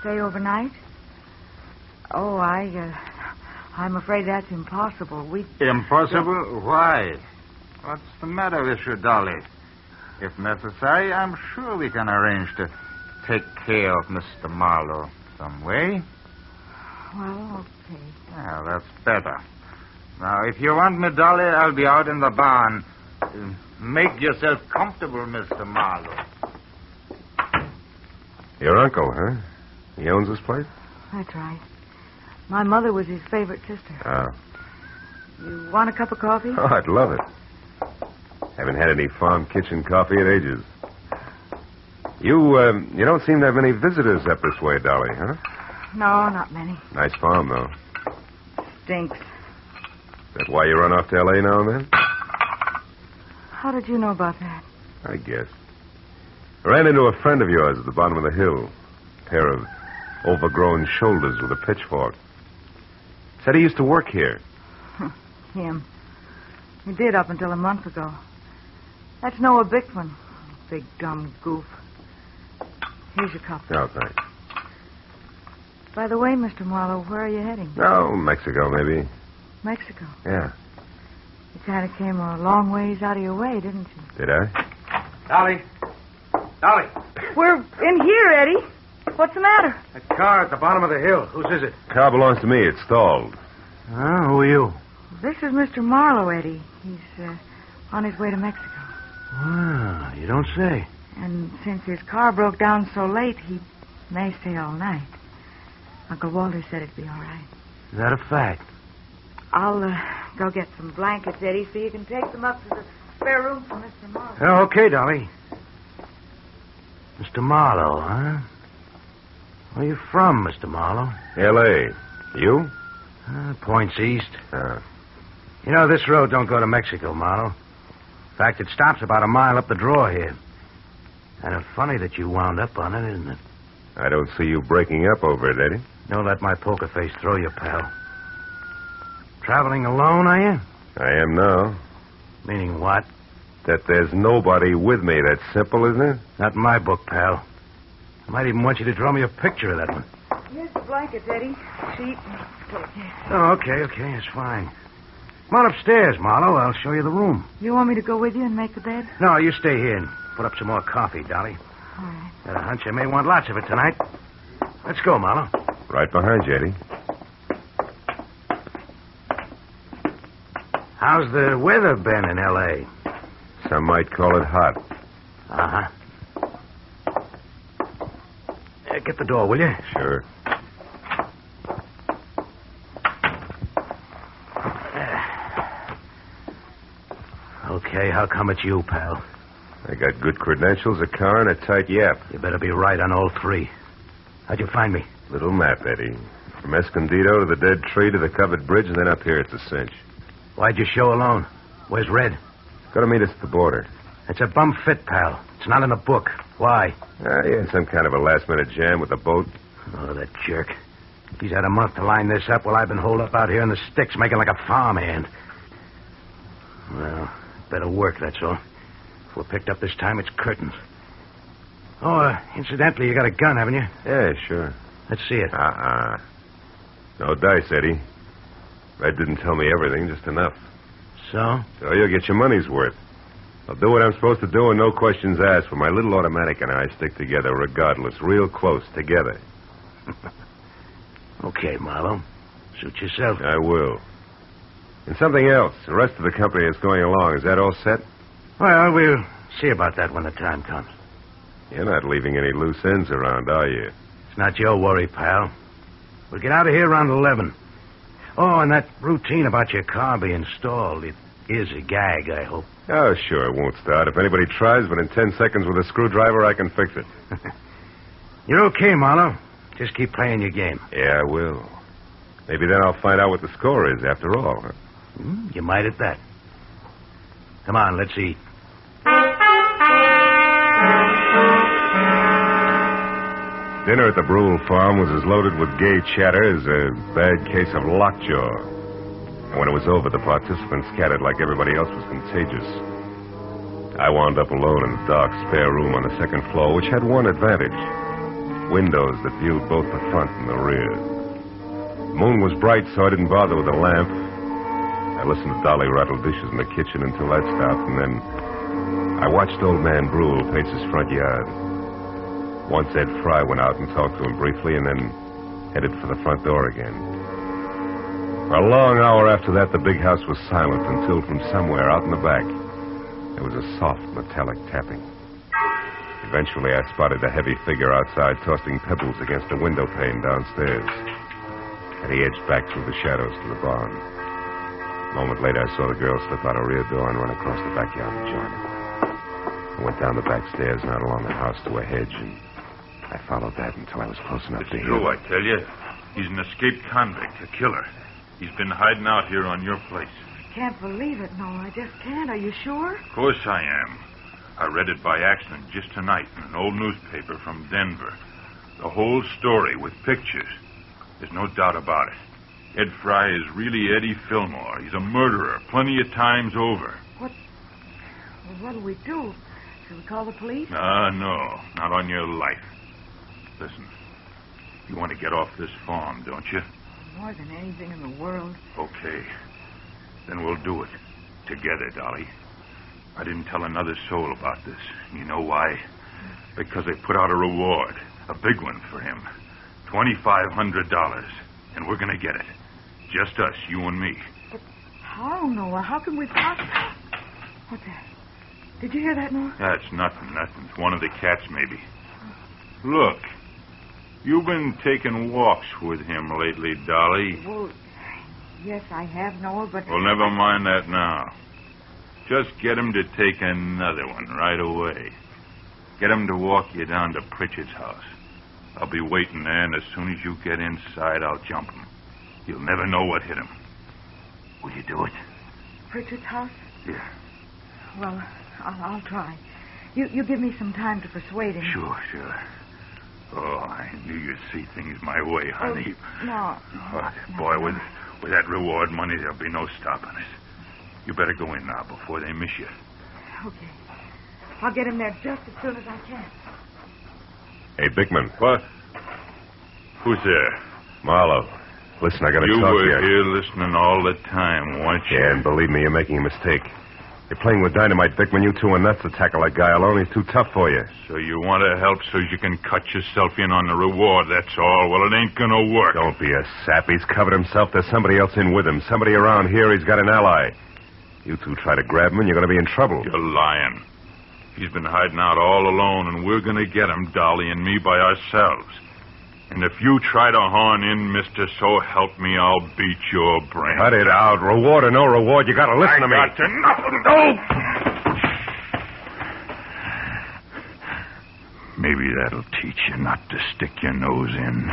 Q: Stay overnight? Oh, I, uh, I'm afraid that's impossible. We.
R: Impossible? Why? What's the matter with you, Dolly? If necessary, I'm sure we can arrange to take care of Mr. Marlowe some way.
Q: Well, okay.
R: Well, that's better. Now, if you want me, Dolly, I'll be out in the barn. Uh, Make yourself comfortable, Mr. Marlowe.
N: Your uncle, huh? He owns this place?
Q: That's right. My mother was his favorite sister.
N: Oh.
Q: You want a cup of coffee?
N: Oh, I'd love it. Haven't had any farm kitchen coffee in ages. You, um, you don't seem to have any visitors up this way, Dolly, huh?
Q: No, not many.
N: Nice farm, though.
Q: Stinks.
N: Is that why you run off to L.A. now and then?
Q: How did you know about that?
N: I guess. I ran into a friend of yours at the bottom of the hill. Pair of overgrown shoulders with a pitchfork. Said he used to work here.
Q: Him. He did up until a month ago. That's Noah Bickman. Big dumb goof. Here's your cup.
N: No, thanks.
Q: By the way, Mr. Marlowe, where are you heading?
N: No, Oh, Mexico, maybe.
Q: Mexico.
N: Yeah.
Q: You kind of came a long ways out of your way, didn't you?
N: Did I?
S: Dolly. Dolly.
Q: We're in here, Eddie. What's the matter?
S: That car at the bottom of the hill. Whose is it?
N: Car belongs to me. It's stalled.
S: Ah, who are you?
Q: This is Mr. Marlowe, Eddie. He's uh, on his way to Mexico.
S: Wow, Ah, you don't say.
Q: And since his car broke down so late, he may stay all night. Uncle Walter said it'd be all right.
S: Is that a fact?
Q: I'll uh, go get some blankets, Eddie, so you can take them up to the spare room for Mr. Marlowe.
S: Oh, okay, Dolly. Mr. Marlowe, huh? Where are you from, Mr. Marlowe?
N: L.A. You?
S: Uh, points east. You know, this road don't go to Mexico, Marlowe. In fact, it stops about a mile up the draw here. And it's funny that you wound up on it, isn't it?
N: I don't see you breaking up over it, Eddie.
S: Don't let my poker face throw you, pal. Traveling alone, are you?
N: I am now.
S: Meaning what?
N: That there's nobody with me. That's simple, isn't it?
S: Not in my book, pal. I might even want you to draw me a picture of that one.
Q: Here's the blankets, Eddie. Sheet. Okay.
S: Oh, okay, okay, it's fine. Come on upstairs, Marlowe. I'll show you the room.
Q: You want me to go with you and make the bed?
S: No, you stay here and put up some more coffee, Dolly.
Q: All right.
S: Got a hunch you may want lots of it tonight. Let's go, Marlowe.
N: Right behind you, Eddie.
S: How's the weather been in L.A.?
N: Some might call it hot.
S: Uh-huh. Uh, get the door, will you?
N: Sure.
S: Uh, Okay, how come it's you, pal?
N: I got good credentials, a car, and a tight yap.
S: You better be right on all three. How'd you find me?
N: Little map, Eddie. From Escondido to the dead tree to the covered bridge, and then up here it's a cinch.
S: Why'd you show alone? Where's Red?
N: Go to meet us at the border.
S: It's a bum fit, pal. It's not in the book. Why?
N: Ah, you had some kind of a last minute jam with the boat.
S: Oh, that jerk. He's had a month to line this up while I've been holed up out here in the sticks making like a farmhand. Well, better work, that's all. If we're picked up this time, it's curtains. Oh, uh, incidentally, you got a gun, haven't you?
N: Yeah, sure.
S: Let's see it.
N: Uh-uh. No dice, Eddie. Red didn't tell me everything, just enough.
S: So?
N: So you'll get your money's worth. I'll do what I'm supposed to do and no questions asked, for my little automatic and I stick together regardless, real close together.
S: Okay, Marlowe. Suit yourself.
N: I will. And something else. The rest of the company is going along. Is that all set?
S: Well, we'll see about that when the time comes.
N: You're not leaving any loose ends around, are you?
S: It's not your worry, pal. We'll get out of here around 11. Oh, and that routine about your car being stalled, it is a gag, I hope.
N: Oh, sure, it won't start. If anybody tries, but in ten seconds with a screwdriver, I can fix it.
S: You're okay, Marlowe. Just keep playing your game.
N: Yeah, I will. Maybe then I'll find out what the score is after all. huh?
S: Hmm, You might at that. Come on, let's eat.
N: Dinner at the Brule farm was as loaded with gay chatter as a bad case of lockjaw. And when it was over, the participants scattered like everybody else was contagious. I wound up alone in a dark spare room on the second floor, which had one advantage windows that viewed both the front and the rear. The moon was bright, so I didn't bother with a lamp. I listened to Dolly rattle dishes in the kitchen until that stopped, and then I watched old man Brule pace his front yard. Once Ed Fry went out and talked to him briefly, and then headed for the front door again. For a long hour after that, the big house was silent until from somewhere out in the back there was a soft metallic tapping. Eventually, I spotted a heavy figure outside tossing pebbles against a window pane downstairs. And he edged back through the shadows to the barn. A moment later, I saw the girl slip out a rear door and run across the backyard to join him. I went down the back stairs and out along the house to a hedge, and I followed that until I was close enough to hear.
P: True, I tell you. He's an escaped convict, a killer. He's been hiding out here on your place.
Q: I can't believe it, Noel. I just can't. Are you sure?
P: Of course I am. I read it by accident just tonight in an old newspaper from Denver. The whole story with pictures. There's no doubt about it. Ed Fry is really Eddie Fillmore. He's a murderer plenty of times over.
Q: Well, what do we do? Shall we call the police?
P: Ah, no, not on your life. Listen, you want to get off this farm, don't you?
Q: More than anything in the world.
P: Okay. Then we'll do it. Together, Dolly. I didn't tell another soul about this. You know why? Because they put out a reward, a big one for him $2,500. And we're going to get it. Just us, you and me.
Q: How, Noah? How can we possibly... What's that? Did you hear that, Noah?
P: That's nothing, nothing. It's one of the cats, maybe. Look, you've been taking walks with him lately, Dolly.
Q: Well, yes, I have, Noah, but...
P: Well, never mind that now. Just get him to take another one right away. Get him to walk you down to Pritchard's house. I'll be waiting there, and as soon as you get inside, I'll jump him. You'll never know what hit him. Will you do it?
Q: Pritchard's house?
P: Yeah.
Q: Well, I'll, I'll try. You, you give me some time to persuade him.
P: Sure, sure. Oh, I knew you'd see things my way, honey.
Q: No,
P: Oh, boy, with, with that reward money, there'll be no stopping us. You better go in now before they miss you.
Q: okay. I'll get him there just as soon as I can.
N: Hey, Bickman.
P: What? Who's there?
N: Marlowe. Listen, I gotta
P: you
N: talk
P: were
N: to you.
P: here listening all the time, weren't you?
N: Yeah, and believe me, you're making a mistake. You're playing with dynamite, Dick, when you two are nuts to tackle that guy alone. He's too tough for you.
P: So you want to help so you can cut yourself in on the reward, that's all. Well, it ain't gonna work.
N: Don't be a sap. He's covered himself. There's somebody else in with him. Somebody around here. He's got an ally. You two try to grab him, and you're going to be in trouble.
P: You're lying. He's been hiding out all alone, and we're gonna get him, Dolly and me, by ourselves. And if you try to horn in, mister, so help me, I'll beat your brain.
N: Cut it out. Reward or no reward, you got to listen
P: I
N: to me.
P: got to nothing. No. Maybe that'll teach you not to stick your nose in,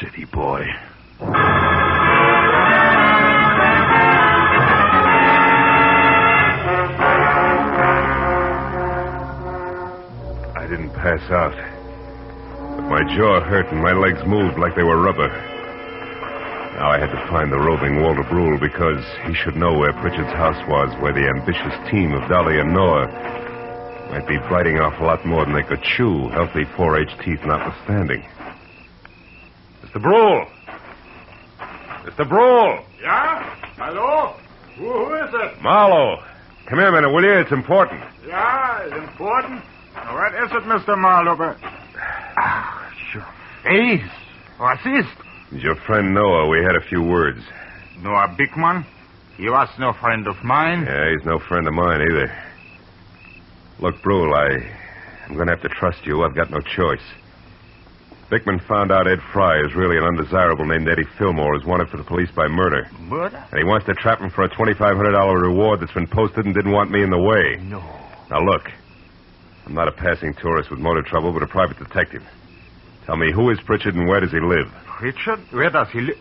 P: city boy.
N: Well,
P: didn't pass out. But my jaw hurt and my legs moved like they were rubber. Now I had to find the roving Walter Brule because he should know where Pritchard's house was, where the ambitious team of Dolly and Noah might be biting off a lot more than they could chew, healthy 4-H teeth notwithstanding. Mr. Brule! Mr. Brule! Yeah? Hello? Who, who is it?
N: Marlowe, come here a minute, will you? It's important.
P: Yeah, it's important. What is it, Mr. Marlowe?
R: Ace, what is?
N: It's your friend Noah. We had a few words.
R: Noah Bickman? He was no friend of mine.
N: Yeah, he's no friend of mine either. Look, Brule, I, I'm going to have to trust you. I've got no choice. Bickman found out Ed Fry is really an undesirable named Eddie Fillmore who's wanted for the police by murder.
R: Murder?
N: And he wants to trap him for a $2,500 reward that's been posted and didn't want me in the way.
R: No.
N: Now, look. I'm not a passing tourist with motor trouble, but a private detective. Tell me, who is Pritchard and where does he live?
R: Richard, where does he live?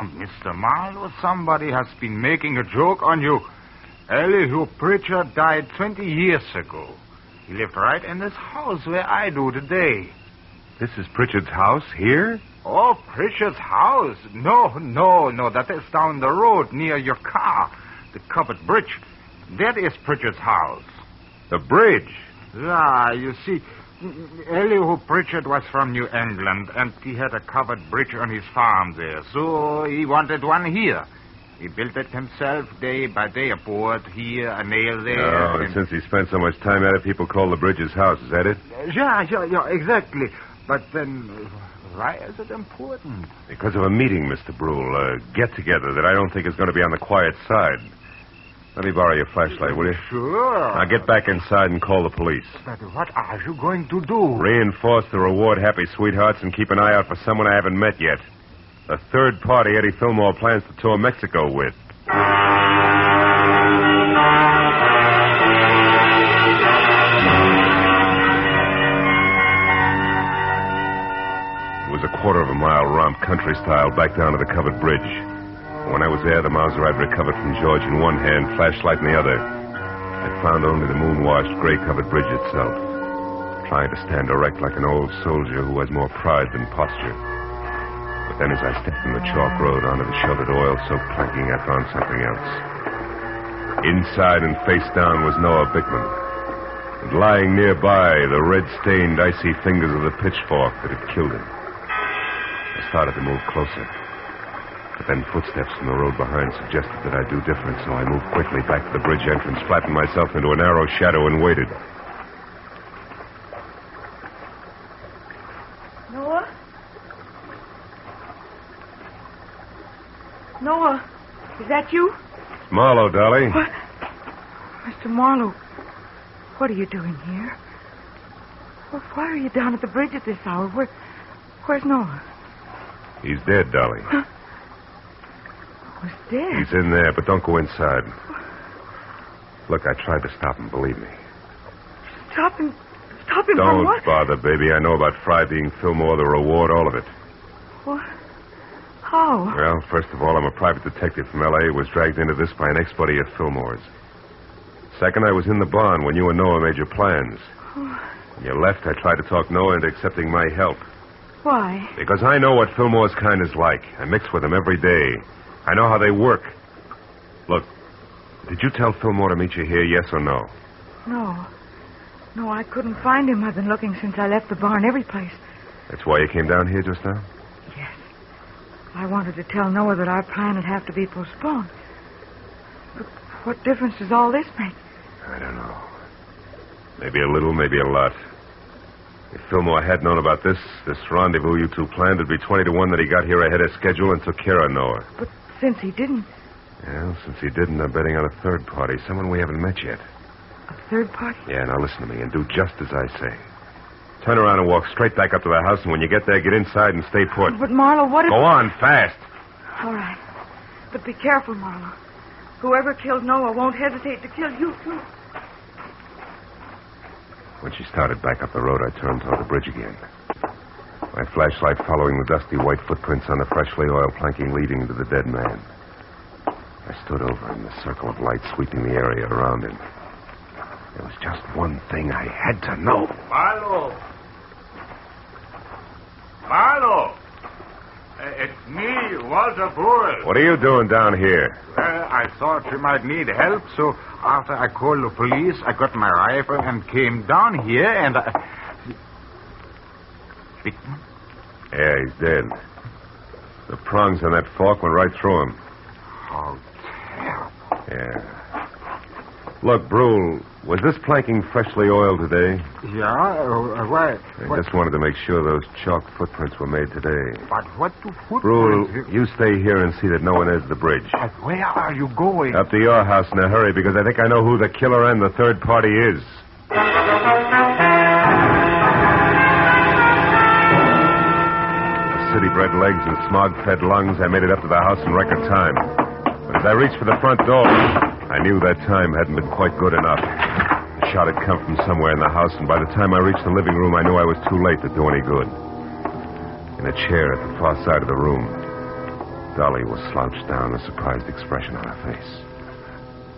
R: Mr. Marlowe, somebody has been making a joke on you. Elihu Pritchard died 20 years ago. He lived right in this house where I do today.
N: This is Pritchard's house here?
R: Oh, Pritchard's house? No, no, no. That is down the road near your car, the covered bridge. That is Pritchard's house.
N: The bridge?
R: Ah, you see, Elihu Pritchard was from New England, and he had a covered bridge on his farm there, so he wanted one here. He built it himself day by day, a board here, a nail there.
N: Oh,
R: and-
N: and since he spent so much time at it, people call the bridge his house. Is that it?
R: Yeah, yeah, yeah, exactly. But then, uh, why is it important?
N: Because of a meeting, Mr. Brule, a get together that I don't think is going to be on the quiet side. Let me borrow your flashlight, will you?
R: Sure.
N: Now get back inside and call the police.
R: But what are you going to do?
N: Reinforce the reward, happy sweethearts, and keep an eye out for someone I haven't met yet. A third party Eddie Fillmore plans to tour Mexico with. It was a quarter of a mile romp, country style, back down to the covered bridge. When I was there, the Mauser I'd recovered from George in one hand, flashlight in the other. I found only the moon washed, gray covered bridge itself trying to stand erect like an old soldier who has more pride than posture. But then as I stepped from the chalk road onto the sheltered oil soaked planking, I found something else. Inside and face down was Noah Bickman. And lying nearby, the red stained, icy fingers of the pitchfork that had killed him. I started to move closer. But then footsteps from the road behind suggested that I do different, so I moved quickly back to the bridge entrance, flattened myself into a narrow shadow, and waited.
Q: Noah? Noah, is that you?
N: Marlowe, Dolly.
Q: What? Mr. Marlowe, what are you doing here? Well, why are you down at the bridge at this hour? Where, where's Noah?
N: He's dead, Dolly.
Q: Was dead.
N: He's in there, but don't go inside. Look, I tried to stop him, believe me.
Q: Stop him. Stop him
N: Don't
Q: from what?
N: bother, baby. I know about Fry being Fillmore, the reward, all of it.
Q: What? Oh, How?
N: Well, first of all, I'm a private detective from L.A. was dragged into this by an ex-buddy of Fillmore's. Second, I was in the barn when you and Noah made your plans. When you left, I tried to talk Noah into accepting my help.
Q: Why?
N: Because I know what Fillmore's kind is like. I mix with them every day. I know how they work. Look, did you tell Fillmore to meet you here, yes or no?
Q: No. No, I couldn't find him. I've been looking since I left the barn every place.
N: That's why you came down here just now?
Q: I wanted to tell Noah that our plan would have to be postponed. But what difference does all this make?
N: I don't know. Maybe a little, maybe a lot. If Fillmore had known about this, this rendezvous you two planned, it'd be 20 to 1 that he got here ahead of schedule and took care of Noah.
Q: Since he didn't,
N: Well, since he didn't, I'm betting on a third party, someone we haven't met yet.
Q: third party.
N: Yeah, now listen to me and do just as I say. Turn around and walk straight back up to the house, and when you get there, get inside and stay put.
Q: But Marlowe, what if?
N: Go on, fast.
Q: All right. But be careful, Marlowe. Whoever killed Noah won't hesitate to kill you too.
N: When she started back up the road, I turned toward the bridge again. My flashlight following the dusty white footprints on the freshly oiled planking leading to the dead man. I stood over him, the circle of light sweeping the area around him.
S: There was just one thing I had to know.
P: Marlowe! Marlowe! Uh, It's me, Walter Burris.
N: What are you doing down here?
R: Uh, I thought you might need help, so after I called the police, I got my rifle and came down here and I. Victor?
N: Yeah, he's dead. The prongs on that fork went right through him.
R: How
N: terrible. Yeah. Look, Brule, was this planking freshly oiled today?
R: Yeah? Uh, why?
N: I
R: what-
N: just wanted to make sure those chalk footprints were made today.
R: But what do
N: Brule,
R: footprints...
N: you stay here and see that no one enters the bridge.
R: Uh, Where are you going?
N: Up to your house in a hurry because I think I know who the killer and the third party is. With city bred legs and smog fed lungs, I made it up to the house in record time. But as I reached for the front door, I knew that time hadn't been quite good enough. The shot had come from somewhere in the house, and by the time I reached the living room, I knew I was too late to do any good. In a chair at the far side of the room, Dolly was slouched down, a surprised expression on her face,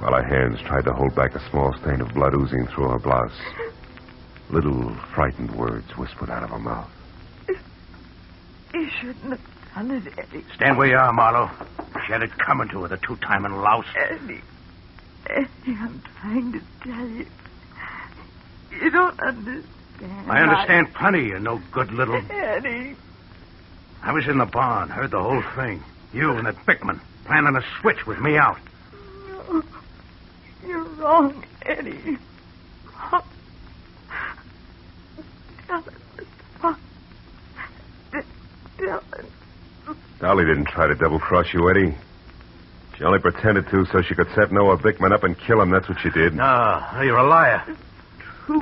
N: while her hands tried to hold back a small stain of blood oozing through her blouse. Little frightened words whispered out of her mouth.
Q: You shouldn't have done it, Eddie.
S: Stand where you are, Marlowe. She had it coming to her, the two timing louse.
Q: Eddie. Eddie, I'm trying to tell you. You don't understand.
S: I understand plenty, you no good little.
Q: Eddie.
S: I was in the barn, heard the whole thing. You and that Bickman planning a switch with me out.
Q: No. You're wrong, Eddie. Wrong. Dylan was wrong. D- Dylan.
N: Dolly didn't try to double cross you, Eddie. She only pretended to so she could set Noah Bickman up and kill him. That's what she did.
S: No, you're a liar.
Q: Who?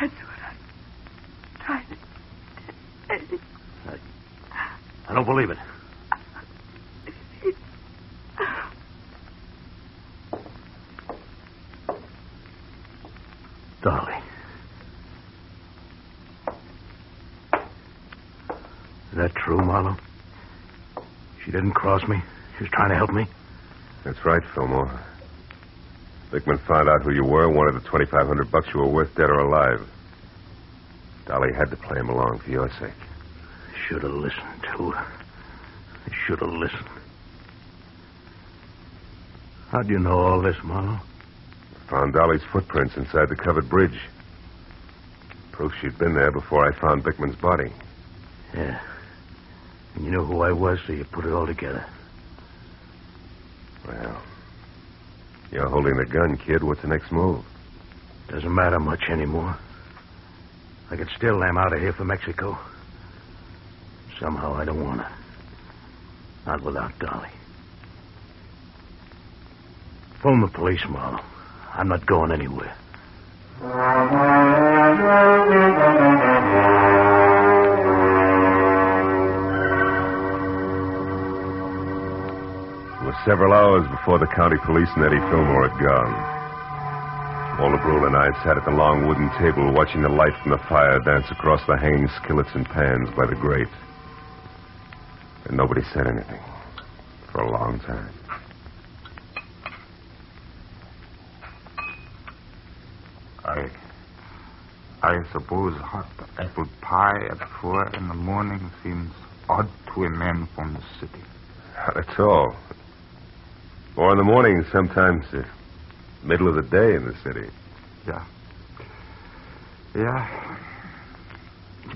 Q: That's what I'm trying to Eddie.
S: I don't believe it. Dolly. Is that true, Marlowe? She didn't cross me. She was trying to help me.
N: That's right, Fillmore. Bickman found out who you were, wanted the 2500 bucks you were worth, dead or alive. Dolly had to play him along for your sake.
S: Should have listened to her. I should have listened. How do you know all this, Marlowe?
N: Found Dolly's footprints inside the covered bridge. Proof she'd been there before I found Bickman's body.
S: Yeah. And you knew who I was, so you put it all together.
N: Well, you're holding the gun, kid. What's the next move?
S: Doesn't matter much anymore. I could still lamb out of here for Mexico. Somehow I don't want to. Not without Dolly. Phone the police, Marlowe. I'm not going anywhere.
N: It was several hours before the county police and Eddie Fillmore had gone. Walter Brule and I sat at the long wooden table watching the light from the fire dance across the hanging skillets and pans by the grate. And nobody said anything for a long time.
R: I. I suppose hot apple pie at four in the morning seems odd to a man from the city.
N: Not at all. Or in the morning, sometimes the middle of the day in the city.
R: Yeah. Yeah.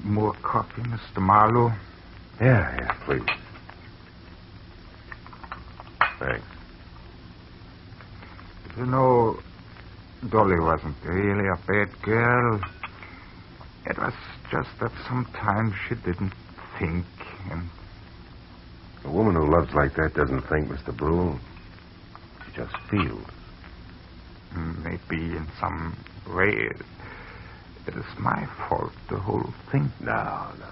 R: More coffee, Mr. Marlowe?
N: Yeah, yeah, please. Thanks.
R: You know, Dolly wasn't really a bad girl. It was just that sometimes she didn't think, and
N: A woman who loves like that doesn't think, Mr. Brule. She just feels.
R: maybe in some way it, it is my fault, the whole thing.
N: No, no.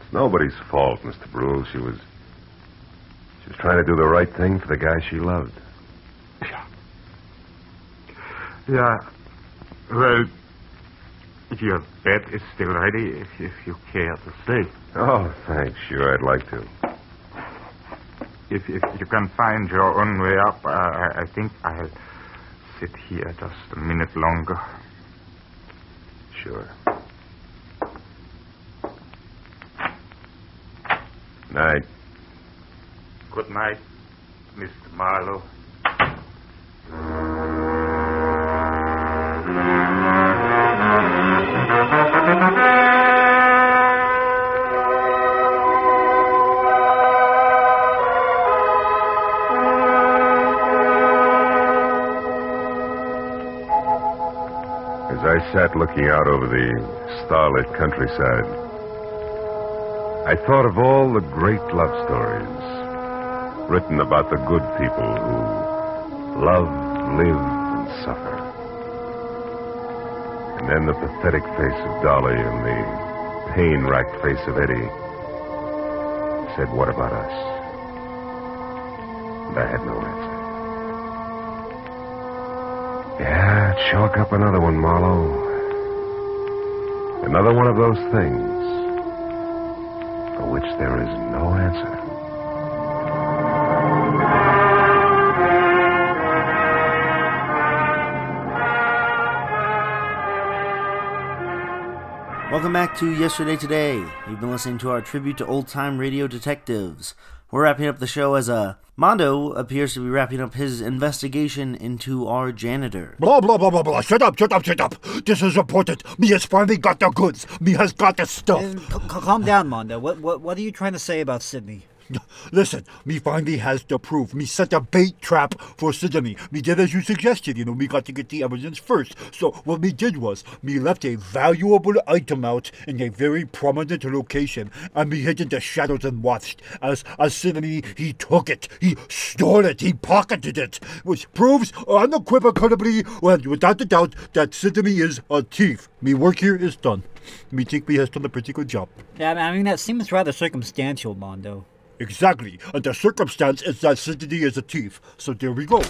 N: It's nobody's fault, Mr. Brule. She was. She was trying to do the right thing for the guy she loved.
R: Yeah. Well, your bed is still ready if, if you care to sleep.
N: Oh, thanks. Sure, I'd like to.
R: If, if you can find your own way up, I, I- I think I'll
T: sit here just a minute longer? Sure.
N: Night.
R: Good night, Mr. Marlowe.
N: As I sat looking out over the starlit countryside, I thought of all the great love stories written about the good people who love, live, and suffer. And then the pathetic face of Dolly and the pain racked face of Eddie said, What about us? And I had no answer. Yeah, chalk up another one, Marlowe. Another one of those things for which there is no answer.
B: Welcome back to Yesterday Today. You've been listening to our tribute to old time radio detectives. We're wrapping up the show as uh, Mondo appears to be wrapping up his investigation into our janitor.
C: Blah, blah, blah, blah, blah. Shut up, shut up, shut up. This is reported. Me has finally got the goods. Me has got the stuff.
A: C- calm down, Mondo. What, what, what are you trying to say about Sydney?
C: Listen, me finally has the proof. Me set a bait trap for Sidney. Me did as you suggested, you know, me got to get the evidence first. So what me did was, me left a valuable item out in a very prominent location, and me hid in the shadows and watched as, as Sidney, he took it, he stole it, he pocketed it, which proves unequivocally and without a doubt that Sidney is a thief. Me work here is done. Me think me has done a pretty good job.
A: Yeah, I mean, that seems rather circumstantial, Mondo.
C: Exactly. And the circumstance is that Sidney is a thief. So there we go.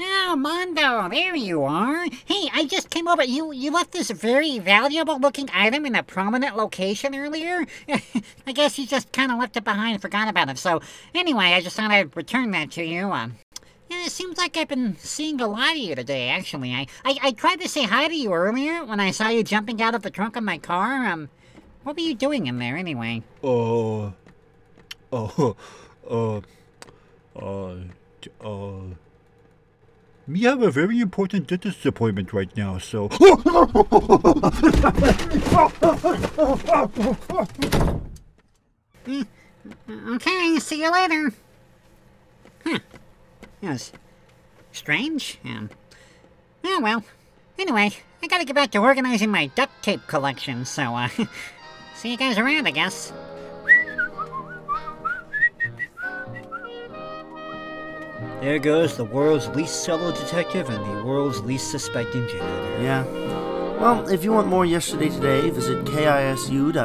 D: Oh, Mondo, there you are. Hey, I just came over. You you left this very valuable looking item in a prominent location earlier. I guess you just kind of left it behind and forgot about it. So, anyway, I just thought I'd return that to you. Um, yeah, it seems like I've been seeing a lot of you today, actually. I, I, I tried to say hi to you earlier when I saw you jumping out of the trunk of my car. Um, what were you doing in there anyway?
C: Uh, uh, uh, uh, uh. Me have a very important dentist appointment right now, so. Oh,
D: Mm, Okay, see you later. Huh. That was strange. Um, oh well. Anyway, I gotta get back to organizing my duct tape collection, so, uh, see you guys around, I guess.
A: There goes the world's least solo detective and the world's least suspecting janitor.
B: Yeah. Well, if you want more yesterday today, visit kisu.org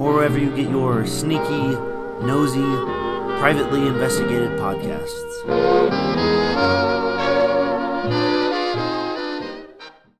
B: or wherever you get your sneaky, nosy, privately investigated podcasts.